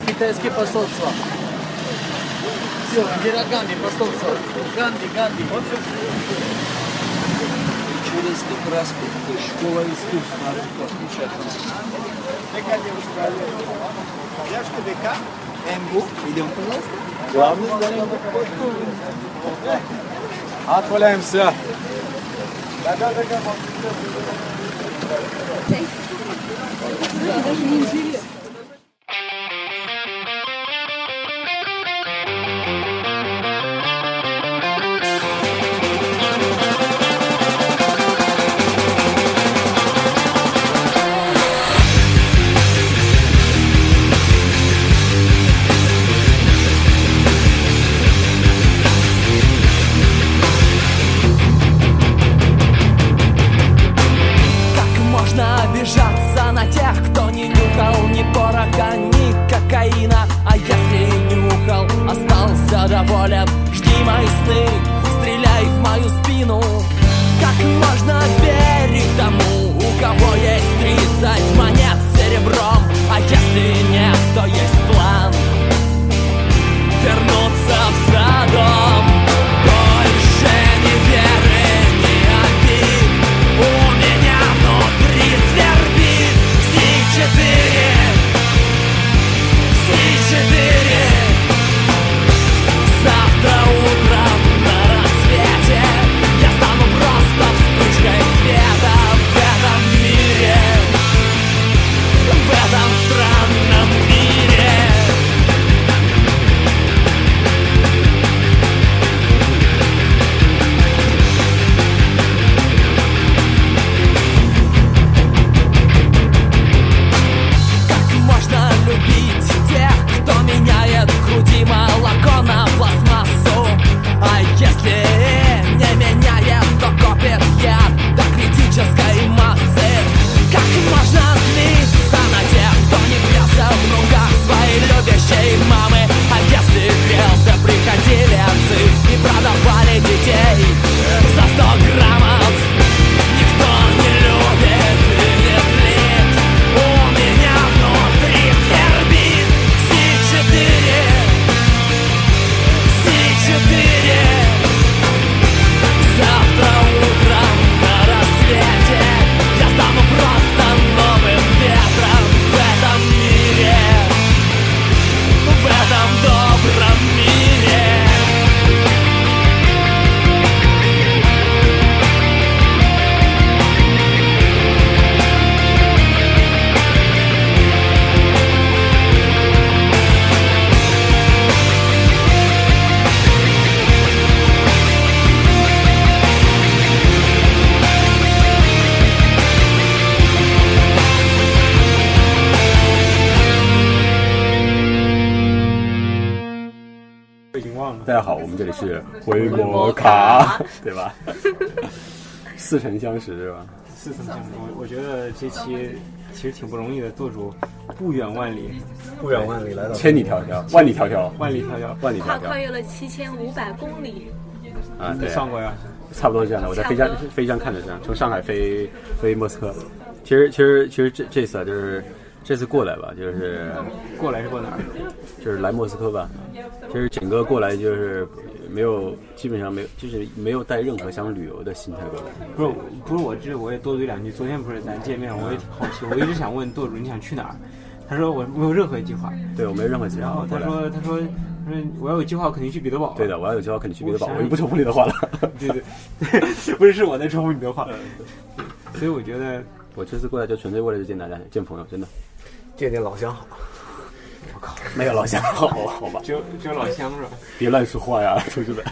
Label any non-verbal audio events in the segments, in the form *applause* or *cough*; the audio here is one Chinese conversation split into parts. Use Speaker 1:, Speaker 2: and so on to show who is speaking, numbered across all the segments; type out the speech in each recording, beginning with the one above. Speaker 1: китайские посольства. Все, Индира Ганди, посольство. Ганди, Ганди.
Speaker 2: Чуринский проспект, школа искусств, надо подключаться. МГУ, идем, пожалуйста. Главное здание Отваляемся.
Speaker 3: Как можно обижаться на тех, кто не нюхал ни пороха, ни кокаина А если и нюхал, остался доволен Жди мои сны, стреляй в мою спину Как можно верить тому, у кого есть 30 монет серебром А если нет, то есть план вернуться в задом Больше не веры, не обид У меня внутри свербит Си-4 Си-4 Завтра утром на рассвете Я стану просто вспышкой света В этом мире В этом странном мире Как можно любить тех, кто меняет в груди молоко на пластмассу? А если не меняет, то копит яд до критической массы. Как можно злиться на тех, кто не грелся в руках своей любящей мамы? А если грелся, приходили отцы и продавали детей за 100 граммов. Никто не любит или злит. У меня внутри свербит Си-4 Си-4 Завтра утром на рассвете Я стану просто новым ветром В этом мире В этом добром мире
Speaker 4: 大家好，我们这里是回摩卡，对
Speaker 5: *laughs*
Speaker 4: 吧？似曾相识，对吧？
Speaker 5: 似曾相识。我我觉得这期其实挺不容易的，做主不远万里，
Speaker 2: 不远万里来到
Speaker 4: 千里迢迢，万里迢迢，
Speaker 5: 万里迢迢。
Speaker 4: 万里
Speaker 6: 跨
Speaker 4: 迢
Speaker 2: *laughs*
Speaker 6: 跨
Speaker 4: 迢
Speaker 6: 越了七千五百公里，
Speaker 4: 啊！
Speaker 5: 你
Speaker 4: 对，
Speaker 5: 上过呀？
Speaker 4: 差不多是这样的。我在飞机
Speaker 6: 差不多
Speaker 4: 飞机上看着这样，从上海飞飞莫斯科。其实其实其实这这次啊，就是这次过来吧，就是
Speaker 5: 过来是过哪儿？
Speaker 4: 就是来莫斯科吧。其实整个过来就是没有，基本上没有，就是没有带任何想旅游的心态过来。
Speaker 5: 不是不是我这我也多嘴两句。昨天不是咱见面，我也挺好奇，我一直想问舵主你想去哪儿。他说我没有任何计划。
Speaker 4: 对我没有任何计
Speaker 5: 然
Speaker 4: 划
Speaker 5: 后
Speaker 4: 过
Speaker 5: 他
Speaker 4: 来。
Speaker 5: 说他说他说我要有计划，我肯定去彼得堡。
Speaker 4: 对的，我要有计划肯定去彼得堡，
Speaker 5: 我
Speaker 4: 我就不重复你的话了。 *laughs*
Speaker 5: 对对， *laughs* 不是是我在重复你的话。所以我觉得
Speaker 4: 我这次过来就纯粹为了见大家、见朋友，真的
Speaker 2: 见见老乡好。
Speaker 4: 没有老乡，好吧，好吧，
Speaker 5: 只有只有老乡是吧？
Speaker 4: 别乱说话呀，同志们。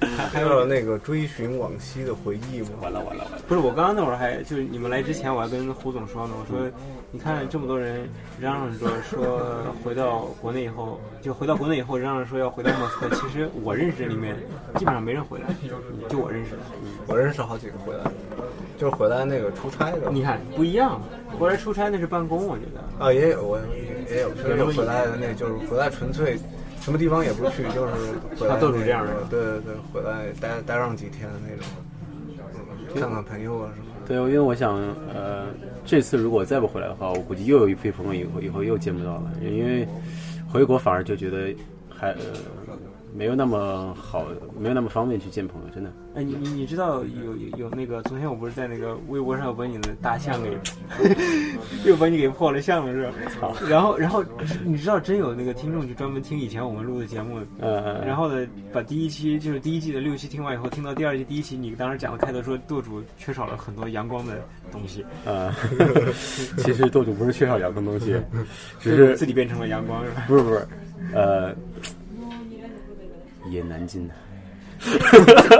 Speaker 5: 还还
Speaker 2: 还
Speaker 5: 有
Speaker 2: 有那个追寻往昔的回忆吗？
Speaker 4: *laughs* 完了完了完了，
Speaker 5: 不是，我刚刚那会儿还就是你们来之前，我还跟胡总说呢，我
Speaker 2: 嗯
Speaker 5: 说你看这么多人嚷嚷着说回到国内以后，就回到国内以后嚷嚷说要回到莫斯科，其实我认识的里面基本上没人
Speaker 2: *laughs*
Speaker 5: 回来，就我认识的。
Speaker 2: 我认识好几个回来的，就是回来那个出差的。
Speaker 5: 你看不一样，回来出差那是办公，我觉得。
Speaker 2: 啊，也有我也也有，确实有回来的那，就是回来纯粹什么地方也不去，就是回来
Speaker 5: 像豆主这样的
Speaker 2: 那个对对对，回来待待上几天的那种，嗯看看朋友啊什么的。
Speaker 4: 对，因为我想，呃，这次如果再不回来的话，我估计又有一批朋友以后以后又见不到了，因为回国反而就觉得还、呃、没有那么好，没有那么方便去见朋友，真的。
Speaker 5: 哎，你你你知道有有有那个，昨天我不是在那个微博上把你的大象给， *laughs* 又把你给破了相
Speaker 4: *laughs*
Speaker 5: 了是吧？ *laughs* 然后然后你知道真有那个听众就专门听以前我们录的节目，
Speaker 4: 呃，
Speaker 5: 然后呢把第一期就是第一季的六期听完以后，听到第二季第一期，你当时讲的开头说舵主缺少了很多阳光的东西，
Speaker 4: 呃， *laughs* 其实舵主不是缺少阳光东西，只
Speaker 5: 就是
Speaker 4: 是
Speaker 5: 自己变成了阳光是吧？ *laughs*
Speaker 4: 不是不是，呃，一言难尽的。 *laughs*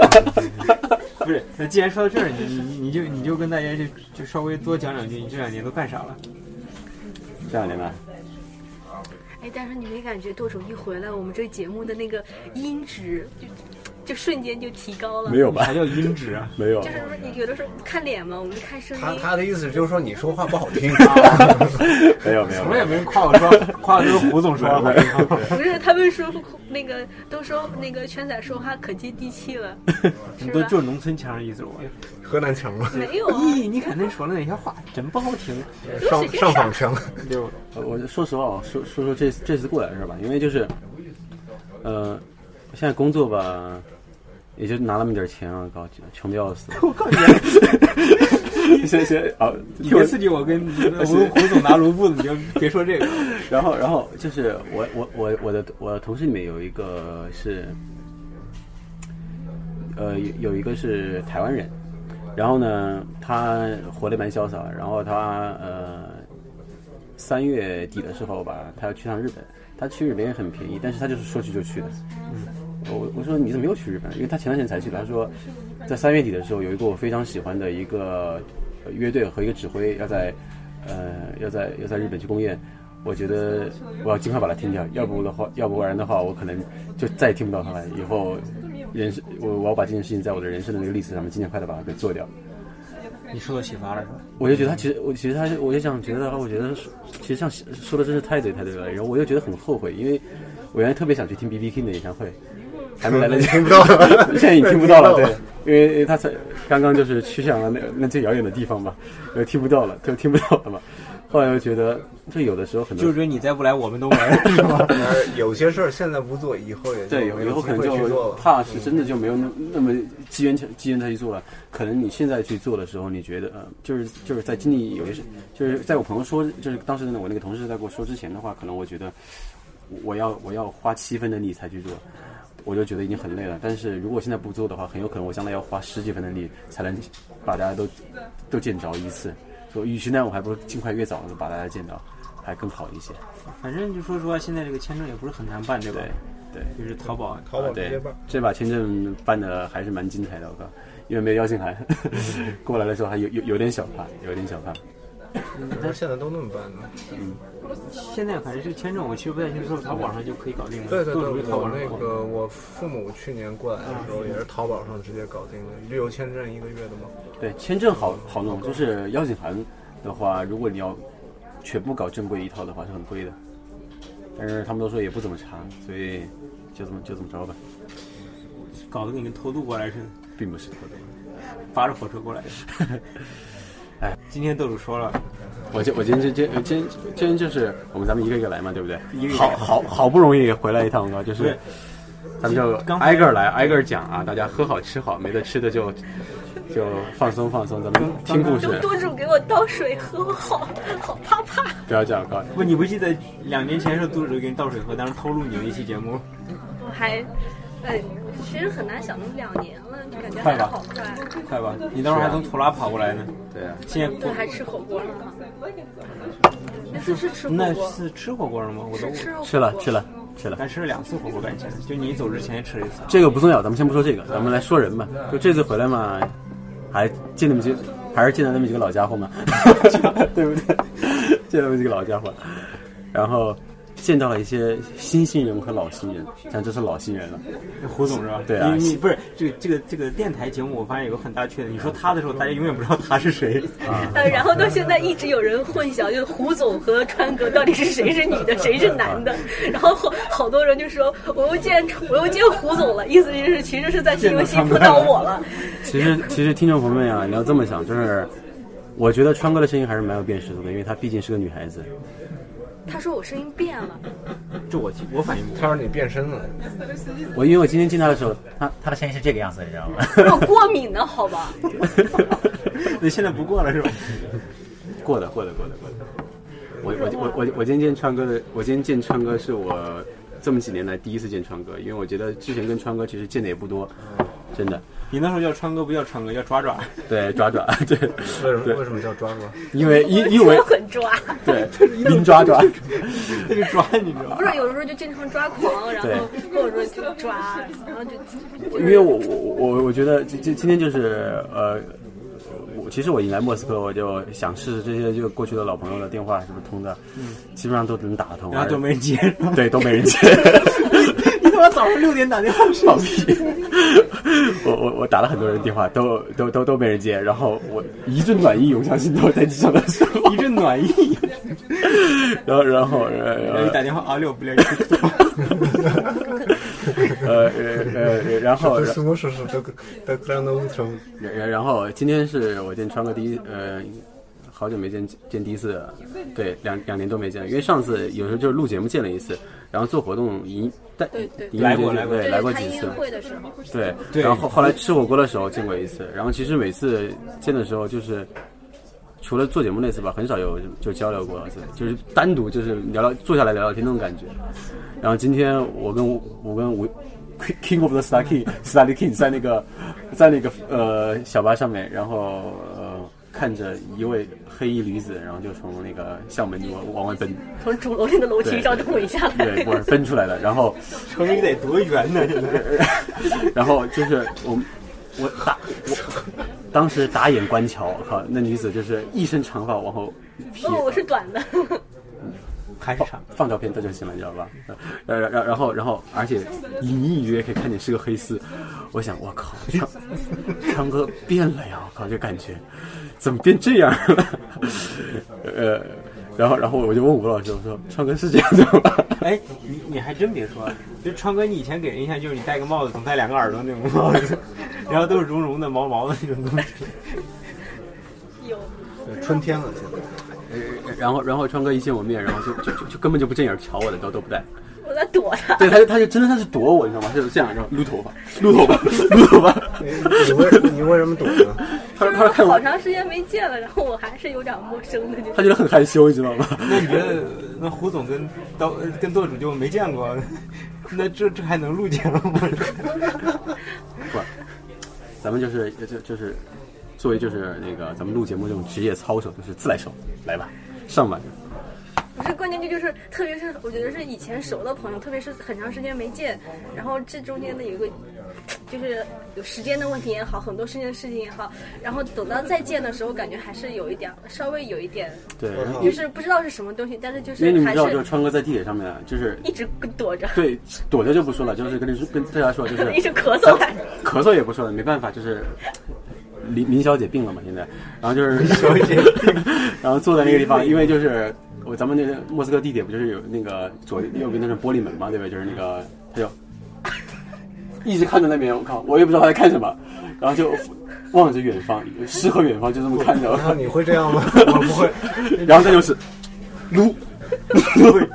Speaker 5: 不是，那既然说到这儿，你你你就你就跟大家就就稍微多讲两句，你这两年都干啥了？
Speaker 4: 这两年吧，
Speaker 6: 哎，但是你没感觉舵主一回来，我们这节目的那个音质就就瞬间就提高了。
Speaker 4: 没，有吧
Speaker 5: 啥？叫音质啊？
Speaker 4: 没有
Speaker 6: 就。是你有的时候看脸嘛，我们就看声
Speaker 2: 他
Speaker 6: 音。
Speaker 2: 他的意思就是说你说话不好听，
Speaker 4: 啊没有没有
Speaker 5: 从来也没人夸我说，夸我都是胡总说
Speaker 2: *laughs*
Speaker 5: 的。
Speaker 6: 不是，他们说那个都说那个圈仔说话可接地气了，
Speaker 5: 你
Speaker 6: 是
Speaker 5: *laughs* 都
Speaker 6: 吧？
Speaker 5: 就是农村腔儿意思我。
Speaker 2: *laughs* 河南腔吗？
Speaker 6: 没有啊，
Speaker 5: 咦，你看咱说的那些话真不好
Speaker 2: *laughs*
Speaker 5: 听，
Speaker 2: 上上
Speaker 6: *laughs*
Speaker 2: 访腔。
Speaker 5: 对吧？
Speaker 4: 呃我说实话，我说说说这次这次过来的事儿吧，因为就是，呃，现在工作吧，也就拿那么点儿钱啊，搞穷的要死。 *laughs* 我靠你！ *laughs* 行行啊，
Speaker 5: 你别刺激我跟我跟胡总拿卢布子，你就别说这个。
Speaker 4: 然后，然后就是我我我我的我的同事里面有一个是，呃，有有一个是台湾人，然后呢，他活得蛮潇洒，然后他呃，三月底的时候吧，他要去趟日本，他去日本也很便宜，但是他就是说去就去的。我我说你怎么又去日本？因为他前段时间才去的。他说，在三月底的时候，有一个我非常喜欢的一个呃乐队和一个指挥要在，呃，要在要在日本去公演。我觉得我要尽快把它听掉，要不的话，要不然的话，我可能就再也听不到他了。以后人生，我我要把这件事情在我的人生的那个历史上面，尽量快的把它给做掉。
Speaker 5: *laughs* 你受到启发了是吧？
Speaker 4: 我就觉得他其实，我其实他，我就想觉得他，我觉得其实像说的真是太对太对了。然后我又觉得很后悔，因为我原来特别想去听 B B King 的演唱会，还没来
Speaker 2: *laughs*
Speaker 4: 得及
Speaker 2: 听不
Speaker 4: *laughs*
Speaker 2: 到了
Speaker 4: 现在已经听不到
Speaker 5: *laughs*
Speaker 4: 了。
Speaker 2: 听不
Speaker 4: 对
Speaker 2: 到 *laughs* 了，
Speaker 4: 因为因为他才刚刚就是去向了那那最遥远的地方嘛，又听不到了，就听不到了嘛。后来又觉得，这有的时候很多
Speaker 5: 就是说你再不来，我们都没了
Speaker 2: *laughs*
Speaker 5: 是吧？
Speaker 2: 而有些事儿现在不做，以后也就
Speaker 4: 对，
Speaker 2: 没
Speaker 4: 以
Speaker 2: 有
Speaker 4: 后
Speaker 2: 机
Speaker 4: 可能
Speaker 2: 会去做
Speaker 4: 就
Speaker 2: 了。
Speaker 4: 怕是真的就没有那那么机缘巧机缘再去做了。可能你现在去做的时候，你觉得呃，就是就是在经历有一些，就是在我朋友说，就是当时我那个同事在跟我说之前的话，可能我觉得我要我要花七分的力才去做，我就觉得已经很累了。但是如果现在不做的话，很有可能我将来要花十几分的力才能把大家都都见着一次。所以，与其那样，我还不如尽快越早的把大家见到，还更好一些。
Speaker 5: 反正就说实话，现在这个签证也不是很难办，对吧
Speaker 4: 对？对。
Speaker 5: 就是淘宝，啊
Speaker 2: 淘宝直接
Speaker 4: 啊对
Speaker 2: 办，，
Speaker 4: 这把签证办的还是蛮精彩的，我靠，因为没有邀请函， *laughs* 过来的时候还有有有点小怕，有点小怕。
Speaker 2: 不是现在都那么办的。
Speaker 5: 现在反正这个签证我其实不太清楚，淘宝上就可以搞定了。
Speaker 2: 对对
Speaker 5: 做
Speaker 2: 对，
Speaker 5: 主就淘
Speaker 2: 我
Speaker 5: 宝上
Speaker 2: 那
Speaker 5: 搞
Speaker 2: 个我父母去年过来的时候也是淘宝上直接搞定的，旅游签证一个月的嘛。
Speaker 4: 对，签证好好弄，就是邀请函的话，如果你要全部搞正规一套的话，是很贵的。但是他们都说也不怎么查，所以就这么就这么着吧，
Speaker 5: 搞得你跟偷渡过来似的。
Speaker 4: 并不是特别。
Speaker 5: *laughs* 扒着火车过来的。 *laughs* 哎，今天豆主说了，
Speaker 4: 我今我今天今天今天今天就是我们咱们一个一个来嘛，对不对
Speaker 5: 一个一？个
Speaker 4: 好好好不容易回来一趟，我靠，就
Speaker 5: 对
Speaker 4: 是咱们就
Speaker 5: 刚
Speaker 4: 挨个儿来，挨个儿讲啊，大家喝好吃好，没得吃的就就放松放松，咱们听故事，
Speaker 6: 舵主给我倒水喝，我好 *laughs* 好怕怕。
Speaker 4: 不要这样搞。
Speaker 5: 不，你不记得两年前的时候豆主给你倒水喝，当时偷录你的一期节目，
Speaker 6: 我还，哎，其实很难想那么两年了，就感觉
Speaker 5: 快
Speaker 6: 还
Speaker 5: 吧
Speaker 6: 好快。
Speaker 5: 快吧？你当时还从图拉跑过来呢。
Speaker 4: 对啊，
Speaker 5: 现在
Speaker 6: 对，
Speaker 5: 过
Speaker 6: 还吃火锅了吗？那次是吃火
Speaker 5: 那
Speaker 6: 锅，
Speaker 5: 是吃火锅了吗？我都
Speaker 6: 是吃火锅
Speaker 4: 吃了吃了吃了，
Speaker 5: 咱吃了两次火锅，感情就你走之前吃了一次。
Speaker 4: 这个不重要，咱们先不说这个，咱们来说人吧。就这次回来嘛，还见那么几，还是见到那么几个 *laughs* 老家伙嘛，对不对？见到那么几个老家伙，然后见到了一些新新人和老新人，但这是老新人了。
Speaker 5: 胡总是吧？
Speaker 4: 对啊
Speaker 5: 你你不是这个这个这个电台节目，我发现有个很大缺点，你说他的时候，大家永远不知道他是谁。
Speaker 4: 啊
Speaker 6: 呃，然后到现在一直有人混淆，就是胡总和川哥到底是谁是女的，谁是男的。然后好好多人就说我又见我又见胡总了，意思就是其实是在新游戏碰到我了。
Speaker 4: 其实，其实听众朋友们啊，你要这么想，就是我觉得川哥的声音还是蛮有辨识度的，因为她毕竟是个女孩子。
Speaker 6: 他说我声音变了，
Speaker 5: 这我记我反应不
Speaker 2: 他说你变身了，
Speaker 4: 我因为我今天见她的时候，
Speaker 7: 他他的声音是这个样子，你知道吗？
Speaker 6: 我过敏呢，好吧？
Speaker 4: *laughs*
Speaker 5: 过。 *laughs* 那现在不过了是吧？
Speaker 4: 过的，过的，过的，过的。我我我我我今天见川哥的，我今天见川哥是我这么几年来第一次见川哥，因为我觉得之前跟川哥其实见的也不多，真的。
Speaker 5: 你那时候叫川哥不叫川哥，叫抓抓。
Speaker 4: 对，抓抓， *laughs* 对，
Speaker 2: 为什么为什么叫抓抓？
Speaker 4: 因为因因为
Speaker 6: 很抓，
Speaker 4: 对林抓抓，
Speaker 5: 那个抓你知道
Speaker 6: *laughs* 不
Speaker 5: 吗？
Speaker 6: 是有时候就经常抓狂，然后跟我说就抓，然后就
Speaker 4: 因为我我我我觉得今今今天就是呃，我其实我一来莫斯科，我就想试试这些就过去的老朋友的电话是不是通的，基本上都能打得通，
Speaker 5: 嗯然后都没人接。 *laughs*
Speaker 4: 对都没人接，
Speaker 5: 你他妈早上六点打电话是吧？
Speaker 4: *laughs* 我我我打了很多人电话，都都都都没人接，然后我一阵暖意涌向心头，在机场的时候， *laughs*
Speaker 5: 一阵暖意，
Speaker 4: 然后然后呃
Speaker 5: 然后一打电话啊六不六， *laughs*
Speaker 4: 呃呃呃，然后然
Speaker 2: 什么事是都都让都成
Speaker 4: 然然然后今天是我见川哥第一，呃，好久没见见第一次，对，两两年多没见，因为上次有时候就是录节目见了一次，然后做活动一但
Speaker 6: 对对
Speaker 4: 一
Speaker 5: 来过
Speaker 4: 对
Speaker 5: 来过
Speaker 4: 对来过
Speaker 6: 是他
Speaker 4: 几
Speaker 6: 音
Speaker 4: 次
Speaker 6: 乐，会的时候，
Speaker 4: 对，
Speaker 5: 对
Speaker 4: 然后后来吃火锅的时候见过一次，然后其实每次见的时候就是。除了做节目那次吧，很少有就交流过，就是单独就是聊聊坐下来聊聊天那种感觉。然后今天我跟吴我跟吴 King- King of the Star King Star King 在那个在那个呃小巴上面，然后呃看着一位黑衣女子，然后就从那个校门往往外奔，
Speaker 6: 从主楼那个楼梯上滚下来。
Speaker 4: 对，我是奔出来了，然后。
Speaker 5: 城里得多远呢？这得。
Speaker 4: *laughs* 然后就是我们，我打我当时打眼观瞧，我靠，那女子就是一身长发往后披，
Speaker 6: 哦，我是短的， *laughs*
Speaker 5: 还是啥？
Speaker 4: 放照片这就行了，你知道吧？呃，然然然后然后，而且隐隐约约可以看见是个黑丝，我想我靠，昌昌哥变了呀！我靠，这感觉怎么变这样 *laughs* 了？呃，然后然后我就问吴老师，我说昌哥是这样的吗？ *laughs*
Speaker 5: 哎，你你还真别说，啊就川哥，你以前给人印象就是你戴个帽子，总戴两个耳朵那种帽子，然后都是绒绒的、毛毛的那种东西。 *laughs*
Speaker 6: 有
Speaker 2: 春天了，现在
Speaker 4: 然后然后昌哥一见我面，然后就就就就根本就不正眼瞧我的，都都不带。
Speaker 6: 我在躲他。
Speaker 4: 对，他就他就真的他是躲我，你知道吗？就是这样，然后撸头发，撸
Speaker 2: *laughs*
Speaker 4: 头发，撸头发。
Speaker 2: 你为你为什么躲呢？
Speaker 4: 他说他说看
Speaker 6: 好
Speaker 4: 我，
Speaker 6: 长时间没见了，然后我还是有点陌生的，
Speaker 4: *laughs*
Speaker 6: 就
Speaker 4: 他觉得很害羞，你知道吗？ *laughs*
Speaker 5: 那你觉得那胡总跟刀呃跟舵主就没见过，那这这还能录节目吗？
Speaker 4: 不，咱们就是就就是作为就是那个咱们录节目这种职业操守，就是自来熟，来吧，上吧。
Speaker 6: 不是关键，这就是特别是我觉得是以前熟的朋友，特别是很长时间没见，然后这中间的有一个就是有时间的问题也好，很多事情的事情也好，然后等到再见的时候，感觉还是有一点稍微有一点，
Speaker 4: 对，
Speaker 2: 嗯
Speaker 4: 然后
Speaker 6: 就
Speaker 4: 因
Speaker 6: 是不知道是什么东西，但是就
Speaker 4: 为你
Speaker 6: 是
Speaker 4: 们
Speaker 6: 还
Speaker 4: 知道，就是
Speaker 6: 是
Speaker 4: 川哥在地铁上面啊就是
Speaker 6: 一直躲着，
Speaker 4: 对躲着就不说了，就是跟你说跟大家说
Speaker 6: *laughs*
Speaker 4: 就是
Speaker 6: 一直咳嗽还。
Speaker 4: 咳嗽也不说了，没办法，就是林林小姐病了嘛，现在，然后就是小姐， *laughs* 然后坐在那个地方，因为就是我咱们那个莫斯科地铁不就是有那个左右边那是玻璃门嘛，对吧？就是那个他就一直看着那边，我靠，我也不知道他在看什么，然后就望着远方，诗和远方就这么看着，
Speaker 2: 然后你会这样吗？我不会。
Speaker 4: *laughs* 然后再就是撸。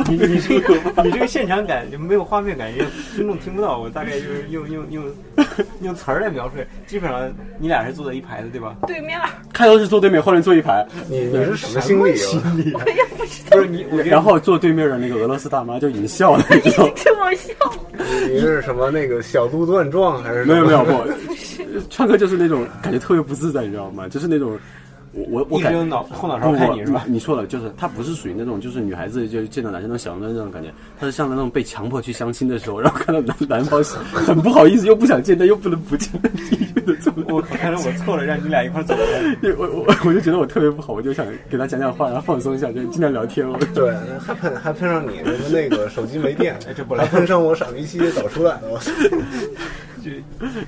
Speaker 5: 你你这个你这个现场感就没有画面感，因为听众听不到。我大概就是用用用用词儿来描述，基本上你俩是坐在一排的，对吧？
Speaker 6: 对面儿，
Speaker 4: *laughs* 开头是坐对面，后面坐一排，
Speaker 2: 你你是什么心理啊？
Speaker 5: 不是你，我
Speaker 4: 然后坐对面的那个俄罗斯大妈就已经笑了，你
Speaker 6: *laughs*
Speaker 4: 知道吗？
Speaker 6: 这么笑，
Speaker 2: 你是什么那个小鹿乱撞还是什
Speaker 4: 没
Speaker 2: 么
Speaker 4: 有没有，
Speaker 6: *laughs*
Speaker 4: 不，川哥就是那种感觉特别不自在，你知道吗？就是那种，我我我
Speaker 5: 一直
Speaker 4: 感觉
Speaker 5: 用脑后脑勺看你是吧？
Speaker 4: 不你说了，就是他不是属于那种，就是女孩子就是见到男生都想的那种感觉，他是像那种被强迫去相亲的时候，然后看到男男方是很不好意思又不想见，但又不能不见的那种的做的。
Speaker 5: 我看来我错了，让你俩一块儿走了。
Speaker 4: 因为 *laughs* 我我我就觉得我特别不好，我就想给他讲讲话，然后放松一下，就尽量聊天。我
Speaker 5: *laughs*
Speaker 2: 对，还碰还碰上你什么那个手机没电，
Speaker 5: 这不赖
Speaker 2: 还碰上我傻逼期早出来了，我操！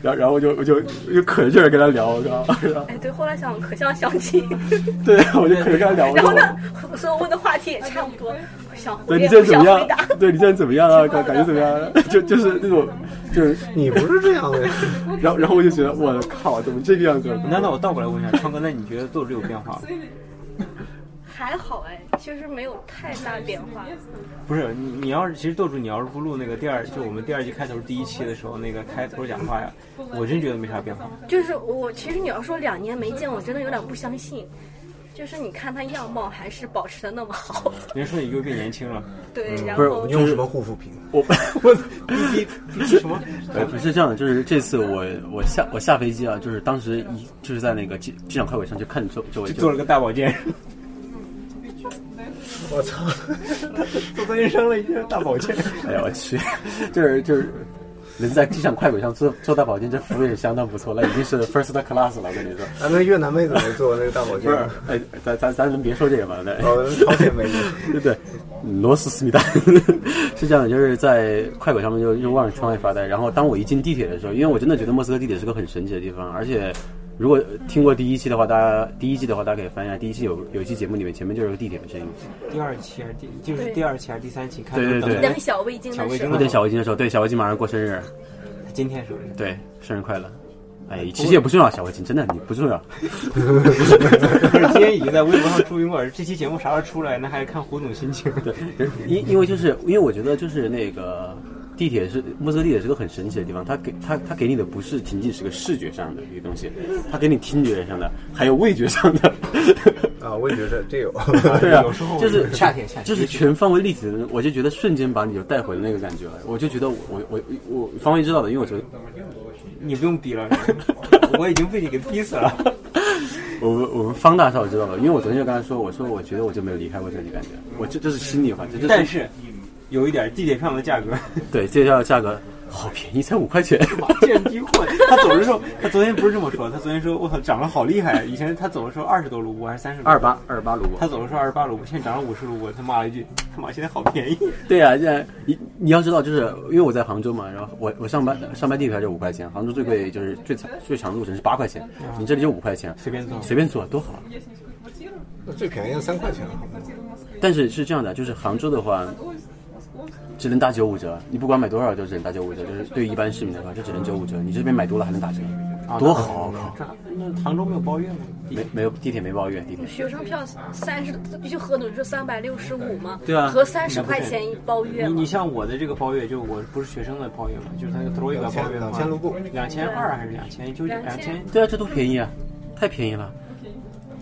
Speaker 4: 然后然后我就我就我就可着劲儿跟他聊，我靠！然后
Speaker 6: 哎，对，后来想可笑想起，
Speaker 4: *laughs* 对，我就可着跟他聊。
Speaker 6: 然后
Speaker 4: 我就
Speaker 6: 呢， *laughs* 所有问的话题也差不多，我想回
Speaker 4: 啊对你
Speaker 6: 也
Speaker 4: 现在
Speaker 6: 不
Speaker 4: 怎
Speaker 6: 想
Speaker 4: 么
Speaker 6: 回
Speaker 4: 样
Speaker 6: 答。？
Speaker 4: 对你现在怎么样
Speaker 6: *laughs*
Speaker 4: 啊？感感觉怎么样啊？就就是那种，就是，
Speaker 2: 你不是这样的呀，
Speaker 4: 然后然后我就觉得我靠，怎么这个样子？
Speaker 5: 难道我倒过来问一下，川哥，那你觉得做这有变化吗？
Speaker 6: 还好哎，其实没有太大变化。
Speaker 5: 不是你，你要是其实豆主，你要是不录那个第二，就我们第二季开头第一期的时候那个开头讲话呀，我真觉得没啥变化。
Speaker 6: 就是我其实你要说两年没见，我真的有点不相信。就是你看他样貌还是保持的那么好，
Speaker 5: 人说你又变年 *laughs* 轻了，
Speaker 6: *laughs* 对，然
Speaker 4: 不是
Speaker 6: 后
Speaker 2: 你用什么护肤品？
Speaker 4: 我
Speaker 5: 我第第什么？
Speaker 4: 呃，不是这样的，就是这次我我下我下飞机啊，就是当时一就是在那个机机场快轨上就看周周围
Speaker 5: 就做了个大保健，
Speaker 2: 我操！
Speaker 5: *laughs* 做健身生了一个大保健。
Speaker 4: 哎呀我去， *laughs* 就是就是能在机场快轨上做做大保健，这服务也相当不错了，已经是 first class 了，我跟你说。
Speaker 2: 咱们越南妹子没做那个大保健
Speaker 4: 不，哎，咱咱咱能别说这个 *laughs* 吧？对。
Speaker 2: 哦，朝鲜妹子，
Speaker 4: *laughs* 对对，罗斯思密达 *laughs* 是这样的，就是在快轨上面就就望着窗外发呆。然后当我一进地铁的时候，因为我真的觉得莫斯科地铁是个很神奇的地方，而且如果听过第一期的话，大家 *laughs* 第一季的话，大家可以翻一下，第一期有有一期节目里面前面就是有地铁的声音，
Speaker 5: 第二期还是第就是
Speaker 6: 对
Speaker 5: 第二期还是第三期开头
Speaker 4: 对对
Speaker 5: 等
Speaker 4: 对
Speaker 5: 等
Speaker 6: 等小未经
Speaker 5: 小
Speaker 6: 的
Speaker 5: 未
Speaker 6: 时
Speaker 5: 经
Speaker 6: 候
Speaker 4: 我，对小围巾的时候，对小围巾马上过生日，
Speaker 5: 今天是不是？ *laughs*
Speaker 4: 对，生日快乐。哎，其实也不重要，小围巾真的你不重要。
Speaker 5: 不是今天已经在微博上注明过，这期节目啥时候出来，那还是看胡总心情。
Speaker 4: 对，因因为就是因为我觉得就是那个地铁是莫斯科地铁是个很神奇的地方，它给它它给你的不是仅仅是个视觉上的一个东西，它给你听觉上的，还有味觉上的。
Speaker 2: 啊，我也觉得
Speaker 5: *laughs*
Speaker 2: 这有。
Speaker 4: *laughs* 对啊
Speaker 5: 有时候，
Speaker 4: 就是
Speaker 5: 夏天夏天
Speaker 4: 就是全方位立体的，我就觉得瞬间把你就带回了那个感觉了。我就觉得我我我我方位知道的，因为我觉得
Speaker 5: 你不用比了， *laughs* 我已经被你给逼死了。
Speaker 4: *laughs* 我们我们方大少知道了，因为我昨天就跟他说，我说我觉得我就没有离开过这里，感觉我这这是心里话，这这
Speaker 5: 但是有一点，地铁票的价格
Speaker 4: 对这叫价格好便宜，才五块钱。
Speaker 5: 见低货。他走的时候，他昨天不是这么说，他昨天说我操涨了好厉害。以前他走的时候二十多卢布还是三十？
Speaker 4: 二。八二八卢布，
Speaker 5: 他走的时候二十八卢布，现在涨了五十卢布。他骂了一句：“他妈现在好便宜。
Speaker 4: 对啊，现在你你要知道，就是因为我在杭州嘛，然后我我上班上班地铁就五块钱，杭州最贵就是最长最长的路程是八块钱，你这里就五块钱，
Speaker 5: 啊随便坐
Speaker 4: 随便坐多好啊。
Speaker 2: 最便宜的三块钱，好吗
Speaker 6: 嗯
Speaker 4: 但是是这样的，就是杭州的话，只能打九五折，你不管买多少就只能打九五折，就是对于一般市民的话就只能九五折，你这边买多了还能打折，多好啊！”
Speaker 5: 这那杭州没有包月吗？
Speaker 4: 没没有地铁没包月，地铁
Speaker 6: 学生票三十，就合等于是三百六十五嘛，
Speaker 4: 对啊
Speaker 6: 合三十
Speaker 5: 那不
Speaker 6: 块
Speaker 5: 是
Speaker 6: 钱一包月
Speaker 5: 你
Speaker 6: 嘛
Speaker 5: 你。像我的这个包月，就我不是学生的包月嘛，就是他那个 t r o 包月嘛，
Speaker 2: 两千卢布
Speaker 5: 两千二还是两千，就两千。
Speaker 4: 对啊，这多便宜啊，太便宜了。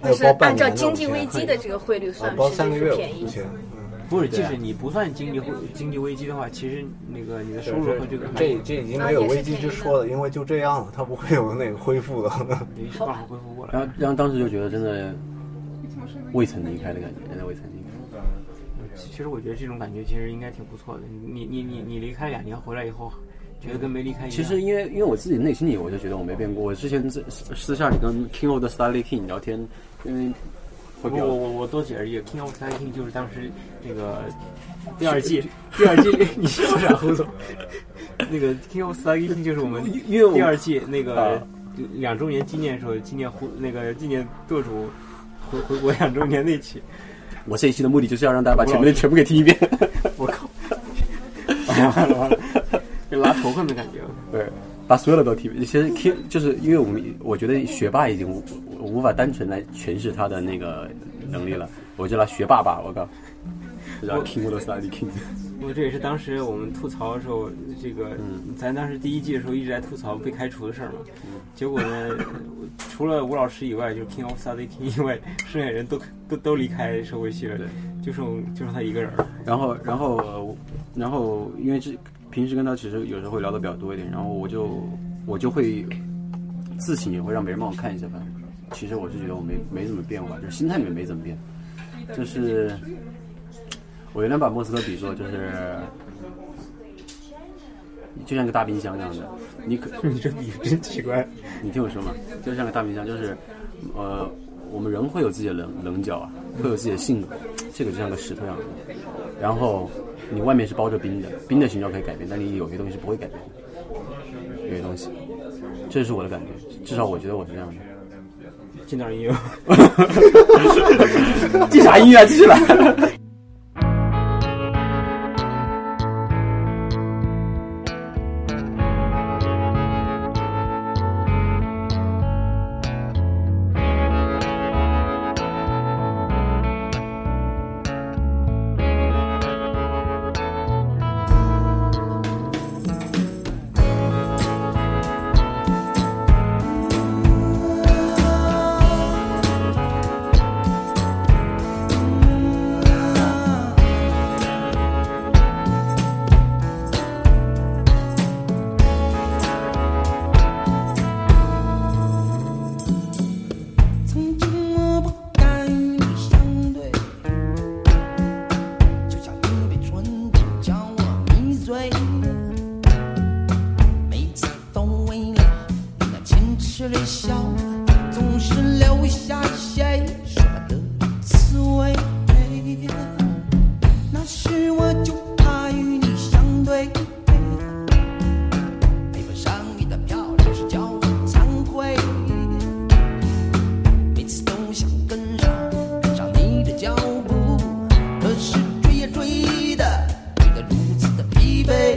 Speaker 2: 那
Speaker 6: 是
Speaker 2: 包半
Speaker 6: 按
Speaker 2: 年的
Speaker 6: 照经济危机的这个汇率
Speaker 2: 啊
Speaker 6: 算，，
Speaker 2: 包
Speaker 6: 是
Speaker 2: 三
Speaker 6: 就
Speaker 2: 个
Speaker 6: 是
Speaker 2: 月
Speaker 6: 便
Speaker 2: 五
Speaker 6: 宜。
Speaker 2: 千，
Speaker 5: 不是，即使你不算经济危经济危机的话，其实那个你的收入和这个
Speaker 2: 这这已经
Speaker 6: 啊
Speaker 2: 没有危机之说了，因为就这样了，它不会有那个恢复的。
Speaker 5: 没办法恢复过来。
Speaker 4: 然后然后当时就觉得真的未曾离开的感觉，真的未曾离开。
Speaker 5: 其实我觉得这种感觉其实应该挺不错的。你你你你离开两年回来以后，觉得跟没离开一样。
Speaker 4: 其实因为因为我自己内心里我就觉得我没变过。我之前私私下里跟 King of the Starly King 聊天，因为会
Speaker 5: 我
Speaker 4: 表
Speaker 5: 我我我多解释一句，King of s t a n g 就是当时那个第二 *laughs* 季，第二季你笑啥胡总？那个 King of s t a n g 就是我们
Speaker 4: 因为我
Speaker 5: 第二季那个
Speaker 4: 啊
Speaker 5: 两周年纪念的时候，纪念胡那个纪念舵主回回国两周年那期，
Speaker 4: 我这一期的目的就是要让大家把前面的全部给听一遍。
Speaker 5: *laughs* 我靠，完了完了，就拉仇恨的感觉。
Speaker 4: 对，把所有的都提。其实 Q 就是因为我们，我觉得学霸已经无无法单纯来诠释他的那个能力了，我就拿学霸吧，我靠。然后 King 的 Study King，
Speaker 5: 我这也是当时我们吐槽的时候，这个、咱当时第一季的时候一直在吐槽被开除的事儿嘛。结果呢， *laughs* 我除了吴老师以外，就是 King of s a d i King 以外，剩下人都都都离开社会系了，就剩就剩他一个人了。
Speaker 4: 然后然后呃然后因为这平时跟他其实有时候会聊的比较多一点，然后我就我就会自省，也会让别人帮我看一下吧。其实我是觉得我没没怎么变化，就是心态里面没怎么变，就是我原来把莫斯科比作就是就像个大冰箱一样的，你可
Speaker 5: 你这比喻真奇 *laughs* 怪。
Speaker 4: 你听我说嘛，就像个大冰箱，就是，呃，我们人会有自己的棱棱角啊，会有自己的性格，这个就像个石头一样的。然后你外面是包着冰的，冰的形状可以改变，但你有些东西是不会改变的，有些东西，这是我的感觉，至少我觉得我是这样
Speaker 5: 进点音乐，
Speaker 4: 的。这啥音乐啊？继续来。
Speaker 8: 曾经我不该与你相对，就像你被纯情叫我迷醉，每次都为了你那矜持的笑，总是留下一些说不得的滋味。那时我就怕与你相对，配不上你的漂亮是叫我惭愧。每次都想跟上，跟上你的脚步，可是追呀追的，追得如此的疲惫。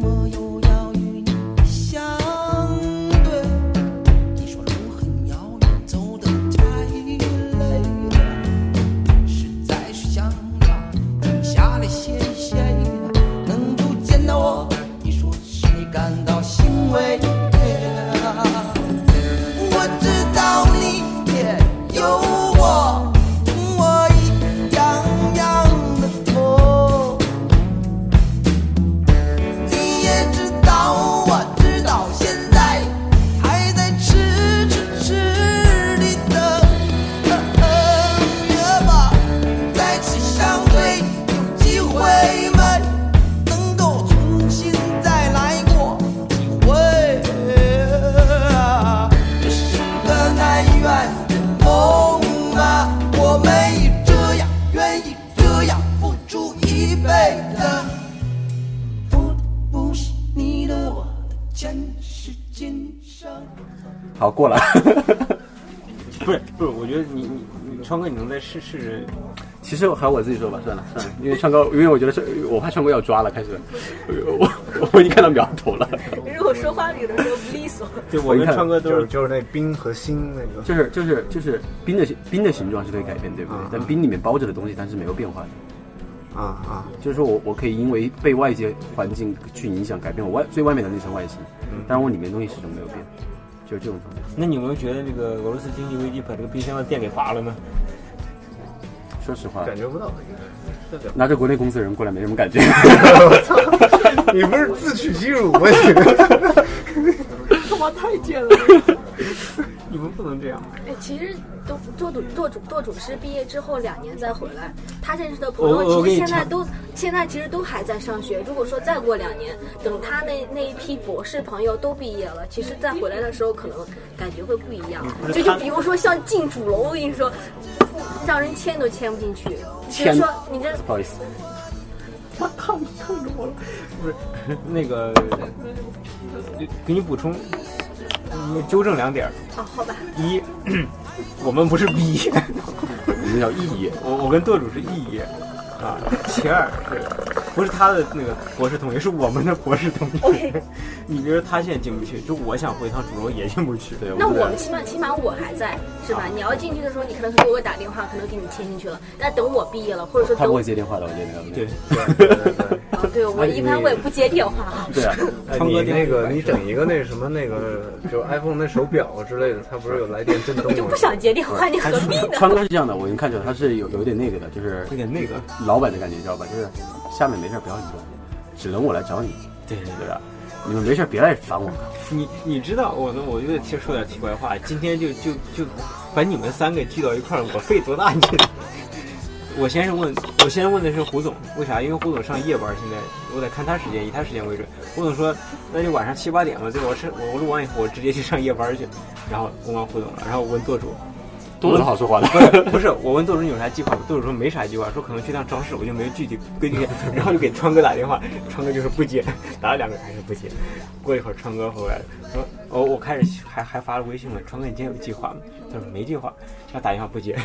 Speaker 8: 我又要与你相对，你说路很遥远，走得太累，实在是想要停下来歇一歇。能够见到我，你说使你感到欣慰。我知道你也有我，我一样样的痛。你也知道，我知道，现在还在痴痴痴地等，着吧，再次相对，有机会没？能够重新再来过几回？这是个难圆的梦啊，我没这样愿意这样付出一辈子。我的不是你的，我的前世今生。
Speaker 4: *laughs* 好，过了。
Speaker 5: 不是不是，我觉得你你你川哥，你能再试试着
Speaker 4: 其实我还我自己说吧，算了算了，因为唱歌，因为我觉得是我怕唱歌要抓了，开始，我我我已经看到苗头了。
Speaker 6: 如果说话有的时候不利索，
Speaker 5: 对我
Speaker 4: 我一
Speaker 5: 跟
Speaker 4: 看
Speaker 5: 川哥
Speaker 2: *laughs*
Speaker 5: 都
Speaker 2: 就是是就是那冰和心那个，
Speaker 4: 就是就是就是冰的形冰的形状是可以改变，对不对？但冰里面包着的东西它是没有变化的。
Speaker 2: 啊啊，
Speaker 4: 就是说我我可以因为被外界环境去影响，改变我外最外面的那层外形，但是我里面的东西始终没有变，就是这种状态。
Speaker 5: 那你有没有觉得那个俄罗斯经济危机把这个冰箱的电给拔了呢？
Speaker 4: 说实话，
Speaker 2: 感觉不到。
Speaker 4: 拿着国内公司的人过来没什么感觉。
Speaker 2: *laughs* 你不是自取其辱吗？
Speaker 5: *laughs*
Speaker 2: 你
Speaker 5: 你们不能这样。
Speaker 6: 哎，其实都做主做主做主持毕业之后两年再回来，他认识的朋
Speaker 5: 我我
Speaker 6: 友
Speaker 5: 跟
Speaker 6: 其
Speaker 5: 你
Speaker 6: 实现在
Speaker 5: 讲
Speaker 6: 都现在其实都还在上学。如果说再过两年，等他那那一批博士朋友都毕业了，其实再回来的时候可能感觉会不一样。
Speaker 5: 嗯
Speaker 6: 就就比如说像进主楼，我跟你说，让人牵都牵不进去。比如
Speaker 4: 牵
Speaker 6: 说你这
Speaker 4: 不好意思，
Speaker 5: 那个，给你补充，你纠正两点儿：
Speaker 6: 哦，好吧，
Speaker 5: 一， *clears throat* 我们不是 B，
Speaker 4: 我们叫意义。
Speaker 5: 我我跟舵主是 E 啊。其二是，不是他的那个博士同学，是我们的博士同学。
Speaker 6: OK
Speaker 5: 你比如说他现在进不去，就我想回趟主楼也进不去。
Speaker 4: 对，
Speaker 6: 那
Speaker 4: 们
Speaker 6: 我
Speaker 4: 在
Speaker 6: 们起码起码我还在，是吧？你要进去的时候，你可能给我打电话，可能给你牵进去了。但等我毕业了，或者说
Speaker 4: 他
Speaker 6: 等
Speaker 4: 不
Speaker 6: 我
Speaker 4: 会接电话的，我觉得。 *laughs*
Speaker 5: 对，
Speaker 2: 对对对
Speaker 6: 哦，对我一般我也不接电话。
Speaker 4: 对啊，
Speaker 2: 哎，
Speaker 5: 昌哥
Speaker 2: 你
Speaker 5: 电
Speaker 2: 那
Speaker 5: 话
Speaker 2: 个
Speaker 5: 白
Speaker 2: 你整一个那什么那个，就 iPhone 那手表之类的，它不是有来电震动吗？
Speaker 6: 就不想接电话，你何必呢？
Speaker 4: 川哥是这样的，我已经看出来他是有有点那个的，就是
Speaker 5: 有点那个，
Speaker 4: 老板的感觉，你知道吧？就是下面没事儿不要你管，只能我来找你，
Speaker 5: 对对
Speaker 4: 对吧？你们没事儿别来烦我。
Speaker 5: 你你知道我呢？我就其实说点奇怪话，今天就就就把你们三个聚到一块儿，我费多大劲？ *laughs* 我先是问，我先问的是胡总，为啥？因为胡总上夜班，现在我得看他时间，以他时间为准。胡总说，那就晚上七八点吧，对吧？我是我录完以后，我直接去上夜班去。然后我问胡总了，然后我问舵主，
Speaker 4: 多好说话 *laughs*
Speaker 5: 不是 *laughs* 不是，我问豆主你有啥计划吗？豆主说没啥计划，说可能去趟超市，我就没有具体规定。然后就给川哥打电话，川哥就是不接，打了两个还是不接。过一会儿川哥回来了，说哦，我开始还还发了微信问川哥你今天有计划吗？他说没计划，他打电话
Speaker 4: *laughs*
Speaker 5: 不接。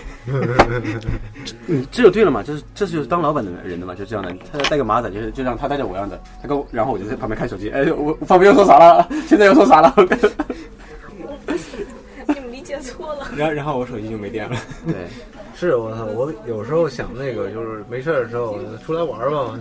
Speaker 4: 嗯，这就对了嘛，就是这就是当老板的人的嘛，就这样的。他带个马仔，就是就像他带着我一样的，他跟我，然后我就在旁边看手机，哎，我我方便又说啥了？现在又说啥了？
Speaker 6: 你们理解错了。
Speaker 5: 然后然后我手机就没电了。
Speaker 4: 对，
Speaker 2: 是我操！我有时候想那个，就是没事儿的时候出来玩儿吧，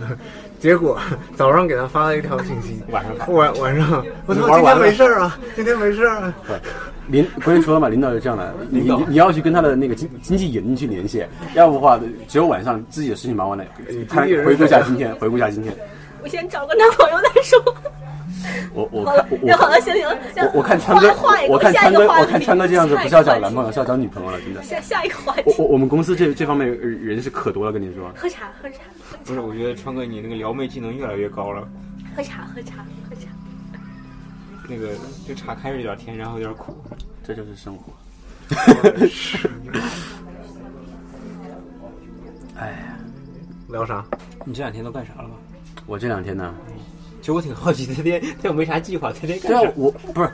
Speaker 2: 结果早上给他发了一条信息，
Speaker 5: 晚上发
Speaker 2: 晚晚上我
Speaker 5: 你
Speaker 2: 操，
Speaker 5: 玩
Speaker 2: 今
Speaker 5: 完
Speaker 2: 天
Speaker 5: 了
Speaker 2: 没事儿啊，今天没事儿啊。
Speaker 4: *laughs* 领不是说了嘛，领导是这样的，你你你要去跟他的那个经经纪人去联系，要不的话只有晚上自己的事情忙完了，看
Speaker 2: 经纪人
Speaker 4: 回顾一下
Speaker 2: 是
Speaker 4: 今天，回顾一下今天。
Speaker 6: 我先找个男朋友再说。
Speaker 4: 我我
Speaker 6: 好
Speaker 4: 看
Speaker 6: 了
Speaker 4: 我，
Speaker 6: 那好
Speaker 4: 我
Speaker 6: 了，行行了。
Speaker 4: 我我看川哥
Speaker 6: 换一，个
Speaker 4: 我看
Speaker 6: 下
Speaker 4: 川
Speaker 6: 一个
Speaker 4: 哥，
Speaker 6: 话
Speaker 4: 我
Speaker 6: 题
Speaker 4: 看川哥这样子
Speaker 6: 下
Speaker 4: 不
Speaker 6: 一个
Speaker 4: 是要
Speaker 6: 话
Speaker 4: 找
Speaker 6: 题
Speaker 4: 男朋友，是要找女朋友了，真的。
Speaker 6: 下下一个话
Speaker 4: 我
Speaker 6: 题，
Speaker 4: 我我们公司这这方面人是可多了，跟你说。
Speaker 6: 喝茶喝茶
Speaker 5: 不是，我觉得川哥你那个撩妹技能越来越高了，
Speaker 6: 喝茶喝茶喝茶。
Speaker 5: 那个这茶开着有点甜，然后有点苦。
Speaker 4: 这就是生活。哎呀，
Speaker 2: 聊啥？
Speaker 5: 你这两天都干啥了吧？
Speaker 4: 我这两天呢，
Speaker 5: 其实我挺好奇，他今天他又没啥计划，他今天
Speaker 4: 对
Speaker 5: 干
Speaker 4: 啊
Speaker 5: 啥？，
Speaker 4: 我不是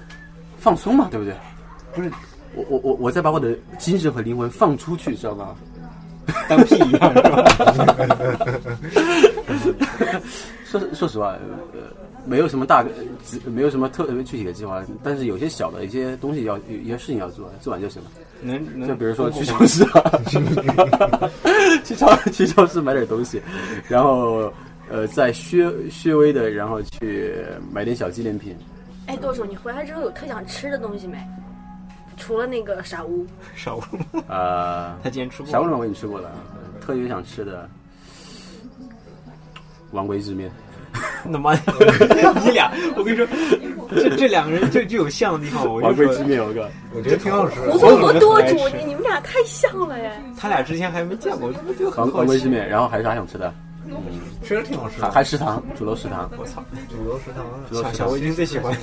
Speaker 4: 放松嘛，对不对？不是，我我我我在把我的精神和灵魂放出去，知道吧？
Speaker 5: 当屁一样是吧？
Speaker 4: *laughs* 说说实话，呃，没有什么大，呃只没有什么特别具体的计划，但是有些小的一些东西要有一些事情要做，做完就行了。
Speaker 5: 能能，
Speaker 4: 就比如说去超市啊，去超去超市买点东西，然后呃，再略略微的，然后去买点小纪念品。
Speaker 6: 哎，舵手，你回来之后有特想吃的东西没？除了那个傻屋，
Speaker 5: 少。
Speaker 4: 呃，
Speaker 5: *laughs* 他今天吃过
Speaker 4: 小五我给你吃过了，特别想吃的王龟之面。
Speaker 5: 他
Speaker 4: *laughs*
Speaker 5: 妈，你俩，我跟你说，这这两个人就就有像的地方，我
Speaker 4: 王龟
Speaker 5: 就
Speaker 4: 之
Speaker 5: 说
Speaker 4: 面，我哥，
Speaker 2: 我觉得挺好吃的
Speaker 6: 我
Speaker 5: 总
Speaker 6: 总
Speaker 5: 觉
Speaker 6: 和
Speaker 5: 得
Speaker 6: 舵
Speaker 5: 很
Speaker 6: 主
Speaker 5: 爱吃，
Speaker 6: 你你们俩太像了呀！
Speaker 5: 他俩之前还没见过，我就就
Speaker 4: 王
Speaker 5: 很好
Speaker 4: 王龟之
Speaker 5: 奇。
Speaker 4: 面，然后还有啥想吃的？
Speaker 2: 确实挺好吃的。
Speaker 4: 还食堂，煮肉食堂，
Speaker 5: 我操，
Speaker 2: 主流食堂啊，
Speaker 4: 煮肉
Speaker 5: 小
Speaker 4: 食
Speaker 5: 小
Speaker 4: 堂
Speaker 5: 围，巾最喜欢。